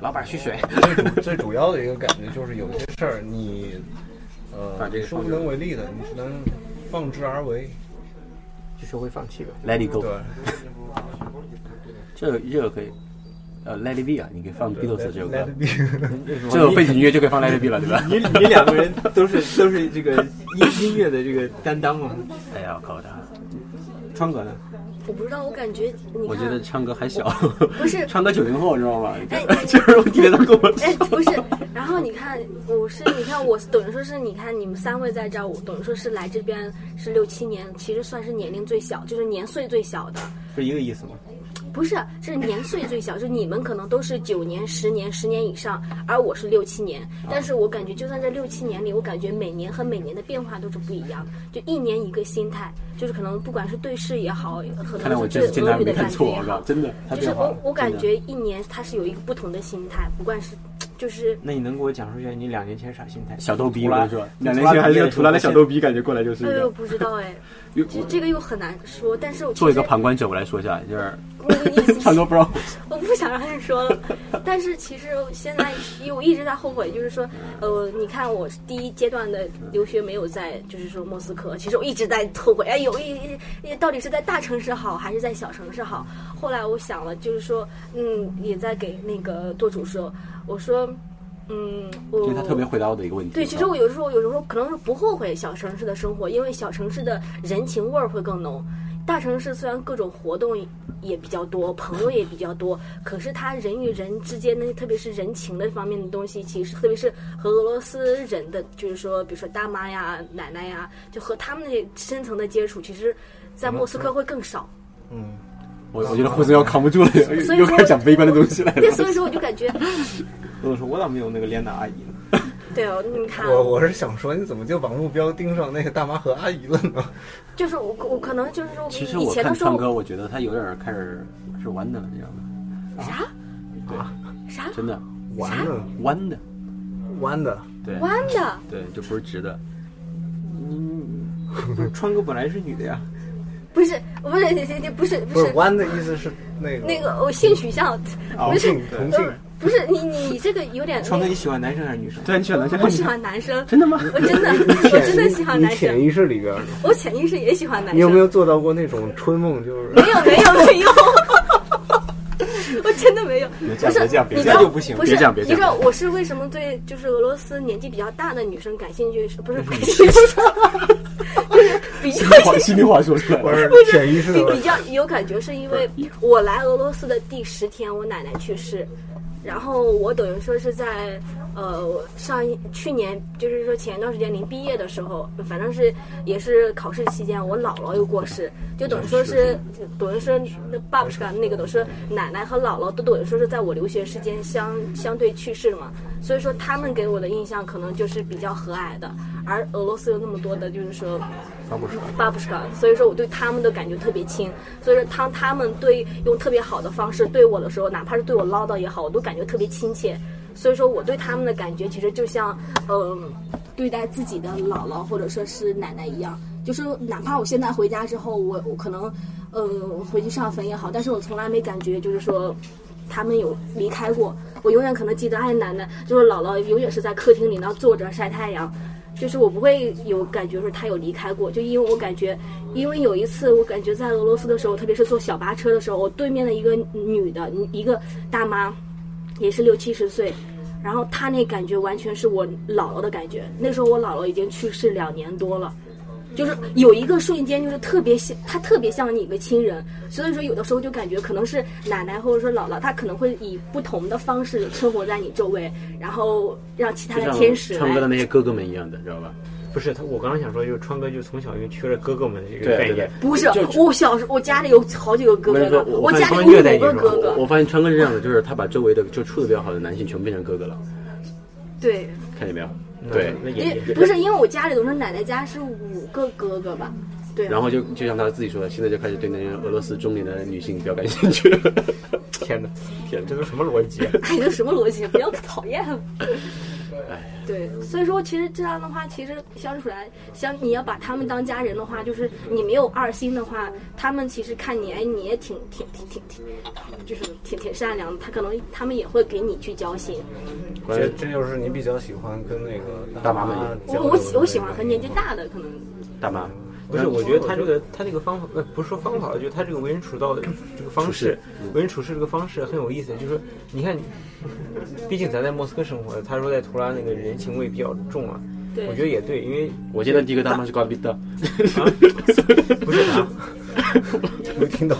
Speaker 4: 老板蓄水，
Speaker 2: *laughs* 最主最主要的一个感觉就是有些事儿你
Speaker 4: 把
Speaker 2: 呃
Speaker 4: 这个
Speaker 2: 你是无能为力的，你只能放之而为。
Speaker 5: 就学会放弃呗。
Speaker 4: *laughs* Let it go，
Speaker 2: 对，
Speaker 4: *laughs* 这这个可以，呃，Let it be 啊，你可以放 Beatles 的这首
Speaker 2: Let
Speaker 4: 歌
Speaker 2: it，
Speaker 4: *laughs*
Speaker 2: be
Speaker 4: 这首背景音乐就可以放 Let it be 了，对吧？
Speaker 5: 你你两个人都是都是这个音音乐的这个担当嘛？
Speaker 4: *laughs* 哎呀，我靠他！
Speaker 5: 川哥呢？
Speaker 6: 我不知道，我感觉你
Speaker 4: 我
Speaker 6: 看
Speaker 4: 觉得唱歌还小，
Speaker 6: 不
Speaker 4: *laughs*
Speaker 6: 是
Speaker 4: 唱歌九零后，你知道吗
Speaker 6: 哎？
Speaker 4: *laughs* 就是我天天都跟我
Speaker 6: *laughs* 哎，不是，然后你看，我是你看我等于说是你看你们三位在这儿，我等于说是来这边是六七年，其实算是年龄最小，就是年岁最小的，
Speaker 5: 不是一个意思吗？
Speaker 6: 不是，是年岁最小，就你们可能都是九年、十年、十年以上，而我是六七年。但是我感觉，就算这六七年里，我感觉每年和每年的变化都是不一样的，就一年一个心态，就是可能不管是对事也好，
Speaker 4: *laughs*
Speaker 6: 可
Speaker 4: 看来我
Speaker 6: 能
Speaker 4: 这
Speaker 6: 是
Speaker 4: 次见
Speaker 6: 对
Speaker 4: 他
Speaker 6: 俄
Speaker 4: 没
Speaker 6: 语的
Speaker 4: 看
Speaker 6: 感觉
Speaker 4: 错，
Speaker 6: 也
Speaker 4: 我靠，
Speaker 6: 好，
Speaker 4: 真的，他
Speaker 6: 就是
Speaker 4: 变化
Speaker 6: 我
Speaker 4: 了
Speaker 6: 我感
Speaker 4: 真的
Speaker 6: 觉一年它是有一个不同的心态，不管是
Speaker 4: *sniffs*
Speaker 6: 就是
Speaker 5: 那你能给我讲述一下你两年前啥心态？
Speaker 4: 小逗逼，我跟你说，
Speaker 5: 你
Speaker 4: 两
Speaker 5: 涂
Speaker 4: 年
Speaker 5: 拉
Speaker 4: 前还是
Speaker 5: 毕业
Speaker 4: 个
Speaker 5: 的
Speaker 4: 图
Speaker 5: 时候
Speaker 4: 拉的小逗逼，感觉过来就是一
Speaker 6: 哎呦，
Speaker 4: 个。
Speaker 6: 不知道
Speaker 4: *laughs*
Speaker 6: 哎，
Speaker 4: 因为
Speaker 6: 这这个又很难说。但是我
Speaker 4: 作为一个
Speaker 6: 其实
Speaker 4: 旁观者，我来说一下，就是
Speaker 6: 那个
Speaker 4: *laughs*
Speaker 6: 意思
Speaker 4: 唱歌不让
Speaker 6: 我不想让人说了，但是其实现在，因为我一直在后悔，就是说，呃，你看我第一阶段的留学没有在，就是说莫斯科，其实我一直在后悔，哎，有一一到底是在大城市好还是在小城市好？后来我想了，就是说，嗯，也在给那个舵主说，我说，嗯，
Speaker 4: 这
Speaker 6: 我
Speaker 4: 是他特别回答我的一个问题。
Speaker 6: 对，其实我有时候有时候可能是不后悔小城市的生活，因为小城市的人情味儿会更浓。大城市虽然各种活动也比较多，朋友也比较多， *laughs* 可是它人与人之间的，特别是人情的方面的东西，其实特别是和俄罗斯人的，就是说，比如说大妈呀、奶奶呀，就和他们那些深层的接触，其实，在莫斯科会更
Speaker 2: *laughs*
Speaker 6: 少。
Speaker 2: 嗯
Speaker 4: 我我觉得胡子要扛不住了，
Speaker 6: 所
Speaker 4: 又
Speaker 6: 以
Speaker 4: 又
Speaker 6: 说
Speaker 4: 开始讲悲观的东西来了
Speaker 6: 对，。 *laughs* 所以说我就感觉，
Speaker 5: 我说我咋没有那个连打阿姨呢？
Speaker 2: *laughs*
Speaker 6: 对哦，你看，
Speaker 2: 我我是想说，你怎么就把目标盯上那个大妈和阿姨了呢？
Speaker 6: 就是我我可能就是说，
Speaker 4: 其实
Speaker 6: 以
Speaker 4: 我
Speaker 6: 前
Speaker 4: 看
Speaker 6: 的时候
Speaker 4: 唱歌，我觉得他有点开始是弯的了，你知道吗？
Speaker 6: 啥啥
Speaker 4: 真的
Speaker 2: 弯的，
Speaker 4: 弯的，
Speaker 2: 弯的，
Speaker 4: 对
Speaker 6: 弯的。
Speaker 4: 对，就不是直的。
Speaker 5: 不是川哥本来是女的呀，
Speaker 6: 不是，不是，不是，不
Speaker 2: 不是
Speaker 6: 是，
Speaker 2: 弯的意思是那个
Speaker 6: 那个我性取向，不
Speaker 4: 哦
Speaker 2: 同
Speaker 6: 是
Speaker 2: 性，同性
Speaker 6: 呃，不是你你这个有点，
Speaker 5: 川哥你喜欢男生还是女生？
Speaker 4: 对，你选
Speaker 6: 我
Speaker 4: 的是
Speaker 6: 我喜欢男生，
Speaker 4: 真的吗？
Speaker 6: 我真的
Speaker 2: 你
Speaker 6: 我真的喜欢
Speaker 2: 你
Speaker 6: 男
Speaker 2: 潜
Speaker 6: 生，
Speaker 2: 意识里边，
Speaker 6: 我潜意识也喜欢男生。
Speaker 2: 你有没有做到过那种春梦？
Speaker 6: *laughs*
Speaker 2: 就是
Speaker 6: 没有没有没有，我真的没有。
Speaker 4: 别
Speaker 6: 不
Speaker 4: 这样
Speaker 6: 是，
Speaker 4: 别这样别这
Speaker 6: 你知
Speaker 4: 样
Speaker 6: 道
Speaker 4: 就不行
Speaker 6: 不是，
Speaker 4: 别这样别这样
Speaker 6: 你知道我是为什么对就是俄罗斯年纪比较大的女生感兴趣？
Speaker 4: *laughs*
Speaker 6: 是不是感兴趣，就是比较
Speaker 4: 话心里话说出来
Speaker 2: 不
Speaker 4: 了。
Speaker 2: 是潜意识
Speaker 6: 比
Speaker 2: 的
Speaker 6: *laughs* 比较有感觉，是因为我来俄罗斯的第十天，我奶奶去世，然后我等于说是在呃上一去年，就是说前一段时间临毕业的时候，反正是也是考试期间，我姥姥又过世，就等于说是等于说那爸爸是那个等于说奶奶和姥姥都等于说是在我留学时间相相对去世嘛，所以说他们给我的印象可能就是比较和蔼的，而俄罗斯有那么多的就是说。巴布什卡，所以说我对他们的感觉特别亲，所以说当他们对用特别好的方式对我的时候，哪怕是对我唠叨也好，我都感觉特别亲切。所以说我对他们的感觉其实就像，嗯、对待自己的姥姥或者说是奶奶一样，就是哪怕我现在回家之后，我我可能，呃，回去上坟也好，但是我从来没感觉就是说。他们有离开过，我永远可能记得，哎，奶奶就是姥姥，永远是在客厅里那坐着晒太阳，就是我不会有感觉说他有离开过，就因为我感觉，因为有一次我感觉在俄罗斯的时候，特别是坐小巴车的时候，我对面的一个女的，一个大妈，也是六七十岁，然后她那感觉完全是我姥姥的感觉，那时候我姥姥已经去世两年多了。就是有一个瞬间，就是特别像他，特别像你的亲人，所以说有的时候就感觉可能是奶奶或者说姥姥，她可能会以不同的方式生活在你周围，然后让其他
Speaker 4: 就
Speaker 6: 的哎
Speaker 4: 像
Speaker 6: 天使
Speaker 4: 唱
Speaker 6: 来
Speaker 4: 歌的那些哥哥们一样的，知道吧？
Speaker 5: 不是他，我刚刚想说，就是川哥就从小就缺了哥哥们的这
Speaker 4: 对
Speaker 5: 个概
Speaker 4: 对对
Speaker 5: 念。
Speaker 6: 不是
Speaker 4: 就，
Speaker 6: 我小时候我家里有好几个哥哥呢，
Speaker 4: 我
Speaker 6: 家
Speaker 4: 发
Speaker 6: 里
Speaker 4: 现
Speaker 6: 有
Speaker 4: 越代
Speaker 6: 五个哥
Speaker 4: 我我
Speaker 6: 哥，
Speaker 4: 发现川哥是这样的，就是他把周围的就处的比较好的男性全部变成哥哥了，
Speaker 6: 对，
Speaker 4: 看见没有？对，
Speaker 5: 那也
Speaker 6: 因为不是因为我家里都是奶奶家是五个哥哥吧，对啊，
Speaker 4: 然后就就像他自己说的，现在就开始对那些俄罗斯中年的女性比较感兴趣 *laughs* 了。
Speaker 5: 天哪，
Speaker 4: 天
Speaker 5: 这都什么逻辑啊？
Speaker 6: 哎，这什么逻辑？ *laughs* 不要讨厌。对，所以说其实这样的话，其实相处来，相你要把他们当家人的话，就是你没有二心的话，他们其实看你，哎，你也挺挺挺挺挺，就是挺挺善良的，他可能他们也会给你去交心。
Speaker 2: 这这就是你比较喜欢跟那个
Speaker 4: 大妈们
Speaker 2: 交
Speaker 6: 我
Speaker 2: 流的
Speaker 6: 我喜我喜欢
Speaker 2: 那
Speaker 6: 和
Speaker 2: 个
Speaker 6: 年纪大的可能，
Speaker 4: 大妈，
Speaker 5: 不是，我觉得他这个他这个方法，呃，不是说方法，我觉得他这个为人处嗯道的这个方式，为人处事这个方式很有意思。就是你看，毕竟咱在莫斯科生活，他说在图拉那个人情味比较重啊，
Speaker 6: 对，
Speaker 5: 我觉得也对，因为
Speaker 4: 我见到第一个大妈是高逼的，
Speaker 5: 不是
Speaker 4: *laughs*
Speaker 5: 啊，
Speaker 2: 没 *laughs* 听
Speaker 6: *laughs*
Speaker 2: 懂，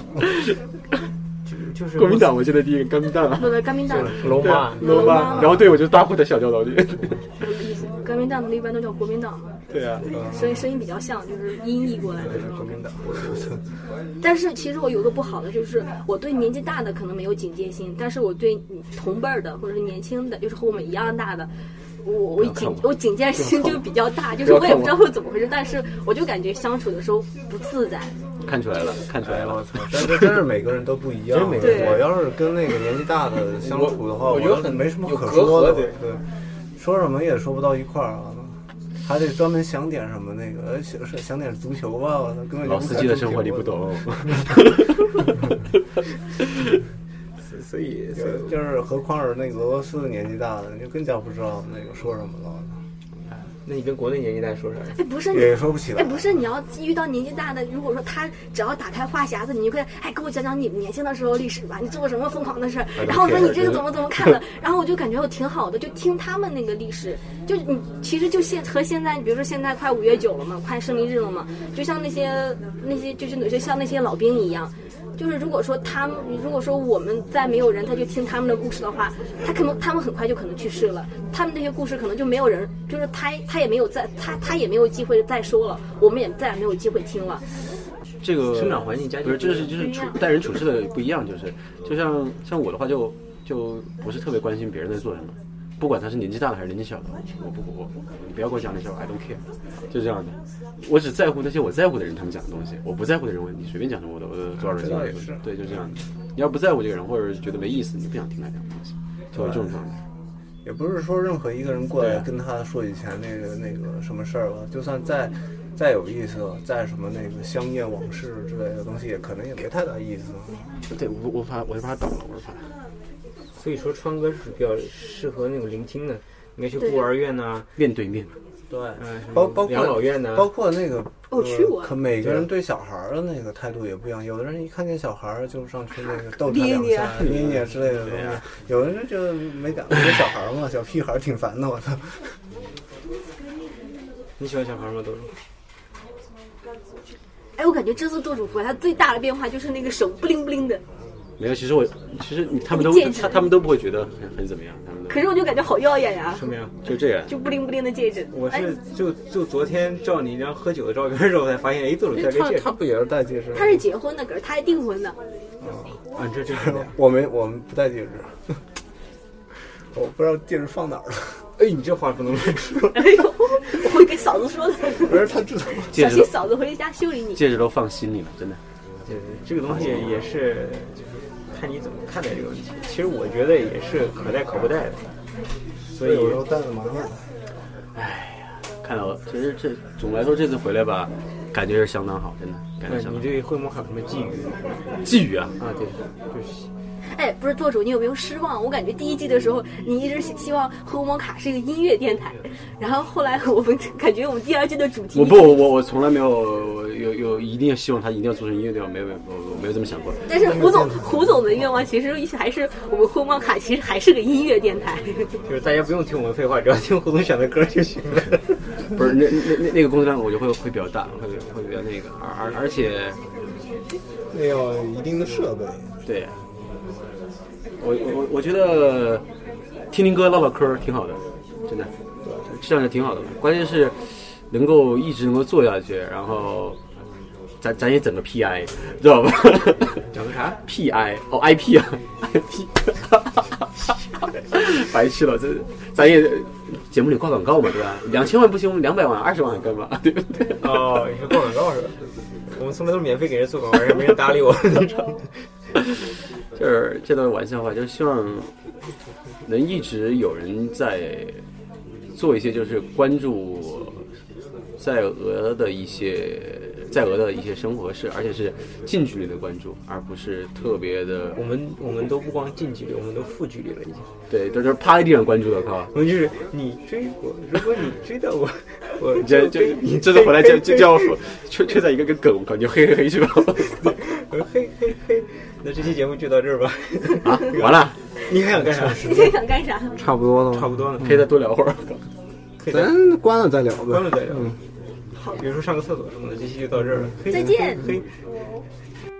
Speaker 5: 就就是
Speaker 4: 国民党，我见到第一个高逼蛋啊，
Speaker 6: 不不，革命党，
Speaker 5: 罗马，
Speaker 4: 罗
Speaker 6: 妈
Speaker 4: 妈， *laughs* 然后对我就大呼的小叫道理。
Speaker 6: 革命党的一般都叫国民党嘛，
Speaker 4: 对 *laughs* 啊，
Speaker 6: 声音声音比较像，就是音译过来的这种
Speaker 2: 国
Speaker 6: 感
Speaker 2: 民
Speaker 6: 觉。
Speaker 2: 党。
Speaker 6: 但是其实我有个不好的，就是我对年纪大的可能没有警戒心，但是我对同辈儿的或者是年轻的，就是和我们一样大的，我我
Speaker 4: 看
Speaker 6: 警
Speaker 4: 我
Speaker 6: 我警戒心就比较大，就是我也不知道会怎么回事，但是我就感觉相处的时候不自在。
Speaker 4: 看出来了，看出来了。
Speaker 2: 哎但这真是每个人都不一样。
Speaker 5: 每
Speaker 6: 个人
Speaker 2: 我要是跟那个年纪大的相处的话，我
Speaker 5: 我我觉得
Speaker 2: 倒是
Speaker 5: 很
Speaker 2: 没什么
Speaker 5: 有
Speaker 2: 可
Speaker 5: 隔
Speaker 2: 说的。
Speaker 5: 阂对
Speaker 2: 对，说什么也说不到一块儿啊，还得专门想点什么那个，呃想想点足球吧，我操根本就
Speaker 4: 老
Speaker 2: 不
Speaker 4: 司
Speaker 2: 看
Speaker 4: 机的
Speaker 2: 足
Speaker 4: 生活
Speaker 2: 球
Speaker 4: 你不
Speaker 2: 的。
Speaker 4: 懂。
Speaker 5: 啊所以所以
Speaker 2: 就就是何况是那个俄罗斯的年纪大的，你就更加不知道那个说什么了。
Speaker 5: 那你跟国内年纪大说啥？
Speaker 6: 哎，不是
Speaker 2: 也
Speaker 6: 你。
Speaker 2: 说不起来嗯
Speaker 6: 哎，。不是，你要遇到年纪大的，如果说他只要打开话匣子，你就会哎，给我讲讲你年轻的时候历史吧，你做过什么疯狂的事儿？
Speaker 2: 哎
Speaker 6: 然后我说你
Speaker 2: 嗯
Speaker 6: 这个怎么怎么看的，然后我就感觉我挺好的，就听他们那个历史，就你其实就现和现在，比如说现在快五月九了嘛，快胜利日了嘛，就像那些那些就是就像那些老兵一样，就是如果说他们，如果说我们再没有人再去听他们的故事的话，他可能他们很快就可能去世了。他们这些故事可能就没有人，就是他他也没有再他他也没有机会再说了，我们也再也没有机会听了。
Speaker 4: 这个
Speaker 5: 生长环境家庭
Speaker 4: 不是，这是就是处
Speaker 6: 不一样
Speaker 4: 待人处事的不一样，就是就像像我的话就就不是特别关心别人在做什么，不管他是年纪大的还是年纪小的，我不我你不要给我讲那些，I don't care，就这样的，我只在乎那些我在乎的人他们讲的东西，我不在乎的人我你随便讲讲我的我的多少人
Speaker 2: 这倒也是
Speaker 4: 对，就这样的，你要不在乎这个人或者是觉得没意思，你不想听他讲的东西，就会这种状态。
Speaker 2: 也不是说任何一个人过来
Speaker 4: 对啊
Speaker 2: 跟他说以前那个那个什么事儿了，就算再再有意思，再什么那个香艳往事之类的东西，也可能也没太大意思。
Speaker 4: 对，我我怕我就怕他倒了，我就怕他。
Speaker 5: 所以说川哥是比较适合那种聆听的，应该去
Speaker 6: 对
Speaker 5: 孤儿院呐、
Speaker 4: 面对面，
Speaker 2: 对，
Speaker 5: 嗯，什
Speaker 2: 包
Speaker 5: 么
Speaker 2: 包括
Speaker 5: 养老院呐、
Speaker 2: 包括那个，
Speaker 6: 哦去过
Speaker 2: 呃可每个人对小孩儿的那个态度也不一样，有的人一看见小孩儿就上去那个逗他两
Speaker 6: 捏
Speaker 2: 下、捏捏之类的东西，有的人就没感觉小孩儿嘛，小屁孩儿挺烦的，我操。
Speaker 5: 你喜欢小孩吗？都是
Speaker 6: 哎，我感觉这次做主播他最大的变化就是那个手不灵不灵的，没
Speaker 4: 没有。其实我其实你他们都
Speaker 6: 戒指
Speaker 4: 他他们都不会觉得很很怎么样，他们都
Speaker 6: 可是我就感觉好耀眼呀、
Speaker 5: 什么呀？
Speaker 4: 就这样。
Speaker 6: 就不灵不灵的戒指。
Speaker 5: 我
Speaker 6: 哎
Speaker 5: 是就就昨天照你一张喝酒的照片之后，才发现，哎，豆豆戴个戒指
Speaker 2: 不也是戴戒指吗
Speaker 6: 他是结婚的，可是他还订婚的。
Speaker 5: 啊，这这是
Speaker 2: 我没，我们不戴戒指， *laughs* 我不知道戒指放哪儿了。
Speaker 5: *laughs* 哎，你这话不能乱说。
Speaker 6: 哎呦， *laughs* 我会给嫂子说的，
Speaker 2: *laughs* 不是他知道，
Speaker 4: 戒
Speaker 6: 小
Speaker 4: 指
Speaker 6: 心嫂子回家修理你。
Speaker 4: 戒指都放心里了，真的。
Speaker 5: 对对，这个东西也是，就是看你怎么看待这个问题。其实我觉得也是可戴可不戴的，所以
Speaker 2: 有时候戴的麻烦。
Speaker 4: 看到了，其实这总的来说这次回来吧，感觉是相当好，真的感觉
Speaker 5: 那
Speaker 4: 相当
Speaker 5: 你
Speaker 4: 好。
Speaker 5: 对会魔卡有什么寄语吗？
Speaker 4: 寄语啊，
Speaker 5: 啊，对，就是
Speaker 6: 哎，不是做主，你有没有失望？我感觉第一季的时候，你一直希希望和摩卡是一个音乐电台，然后后来我们感觉我们第二季的主题，
Speaker 4: 我不，我我我从来没有有有一定要希望他一定要做成音乐调，没有没有我我没有这么想过。
Speaker 6: 但是胡总胡总的愿望其实还是我们和摩卡其实还是个音乐电
Speaker 4: *laughs*
Speaker 6: 台。
Speaker 5: 就是大家不用听我们废话，只要听胡总选的歌就行了。
Speaker 4: 不是那那那那个工作量我就会会比较大，会会比较那个，而而而且
Speaker 2: 那要一定的设备。
Speaker 4: 对，我我我觉得听听歌唠唠嗑儿挺好的，真的，这样就挺好的了。关键是能够一直能够做下去，然后咱咱也整个 PI，知道吧？
Speaker 5: *laughs* 整个啥？
Speaker 4: PI 哦 IP 啊 IP，白痴了，这咱也节目里挂广告嘛，对吧？两千万不行，我们两百万、二十万还干嘛？ *laughs* 对不对？
Speaker 5: 哦，你是挂广告是吧？我们从来都是免费给人做广告，人家没人搭理我，你知道吗？
Speaker 4: 就是这段玩笑话，就是希望能一直有人在做一些，就是关注在俄的一些在俄的一些生活事，而且是近距离的关注，而不是特别的
Speaker 5: 我们我们都不光近距离，我们都负距离了已经。
Speaker 4: 对，都是趴在地上关注的，靠！
Speaker 5: 我们就是你追我，如果你追到我， *laughs* 我
Speaker 4: 这
Speaker 5: 就
Speaker 4: 这
Speaker 5: 被
Speaker 4: 你
Speaker 5: 你
Speaker 4: 这次回来就就叫
Speaker 5: 我，
Speaker 4: 缺缺在一个个梗，我靠，你就嘿嘿嘿去吧！
Speaker 5: 嘿嘿嘿。那这期节目就到这儿吧。
Speaker 4: 啊，完了，
Speaker 5: 你还想干啥？
Speaker 6: 你在想干啥？
Speaker 2: 差不多了
Speaker 5: 差不多了，
Speaker 4: 可以再多聊会儿。
Speaker 5: 可以再
Speaker 2: 咱关了再聊呗。
Speaker 5: 关了再聊。比如说上个厕所什么的，这期就到这儿了。嘿
Speaker 6: 再见
Speaker 5: 嘿嘿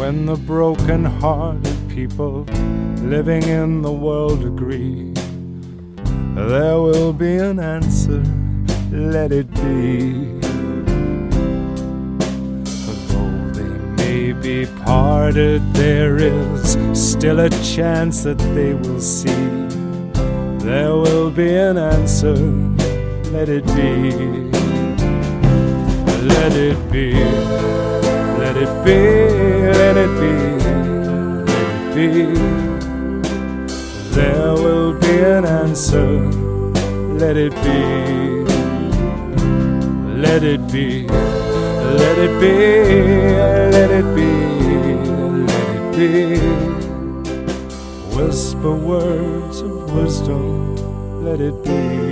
Speaker 10: when the broken-hearted people living in the world agree, there will be an answer. Let it be. Though they may be parted, there is still a chance that they will see. There will be an answer. Let it be. Let it be. Let it be. Let it be. Let it be. There will be an answer. Let it be. Let it be. Let it be. Let it be. Let it be. Whisper words of wisdom. Let it be.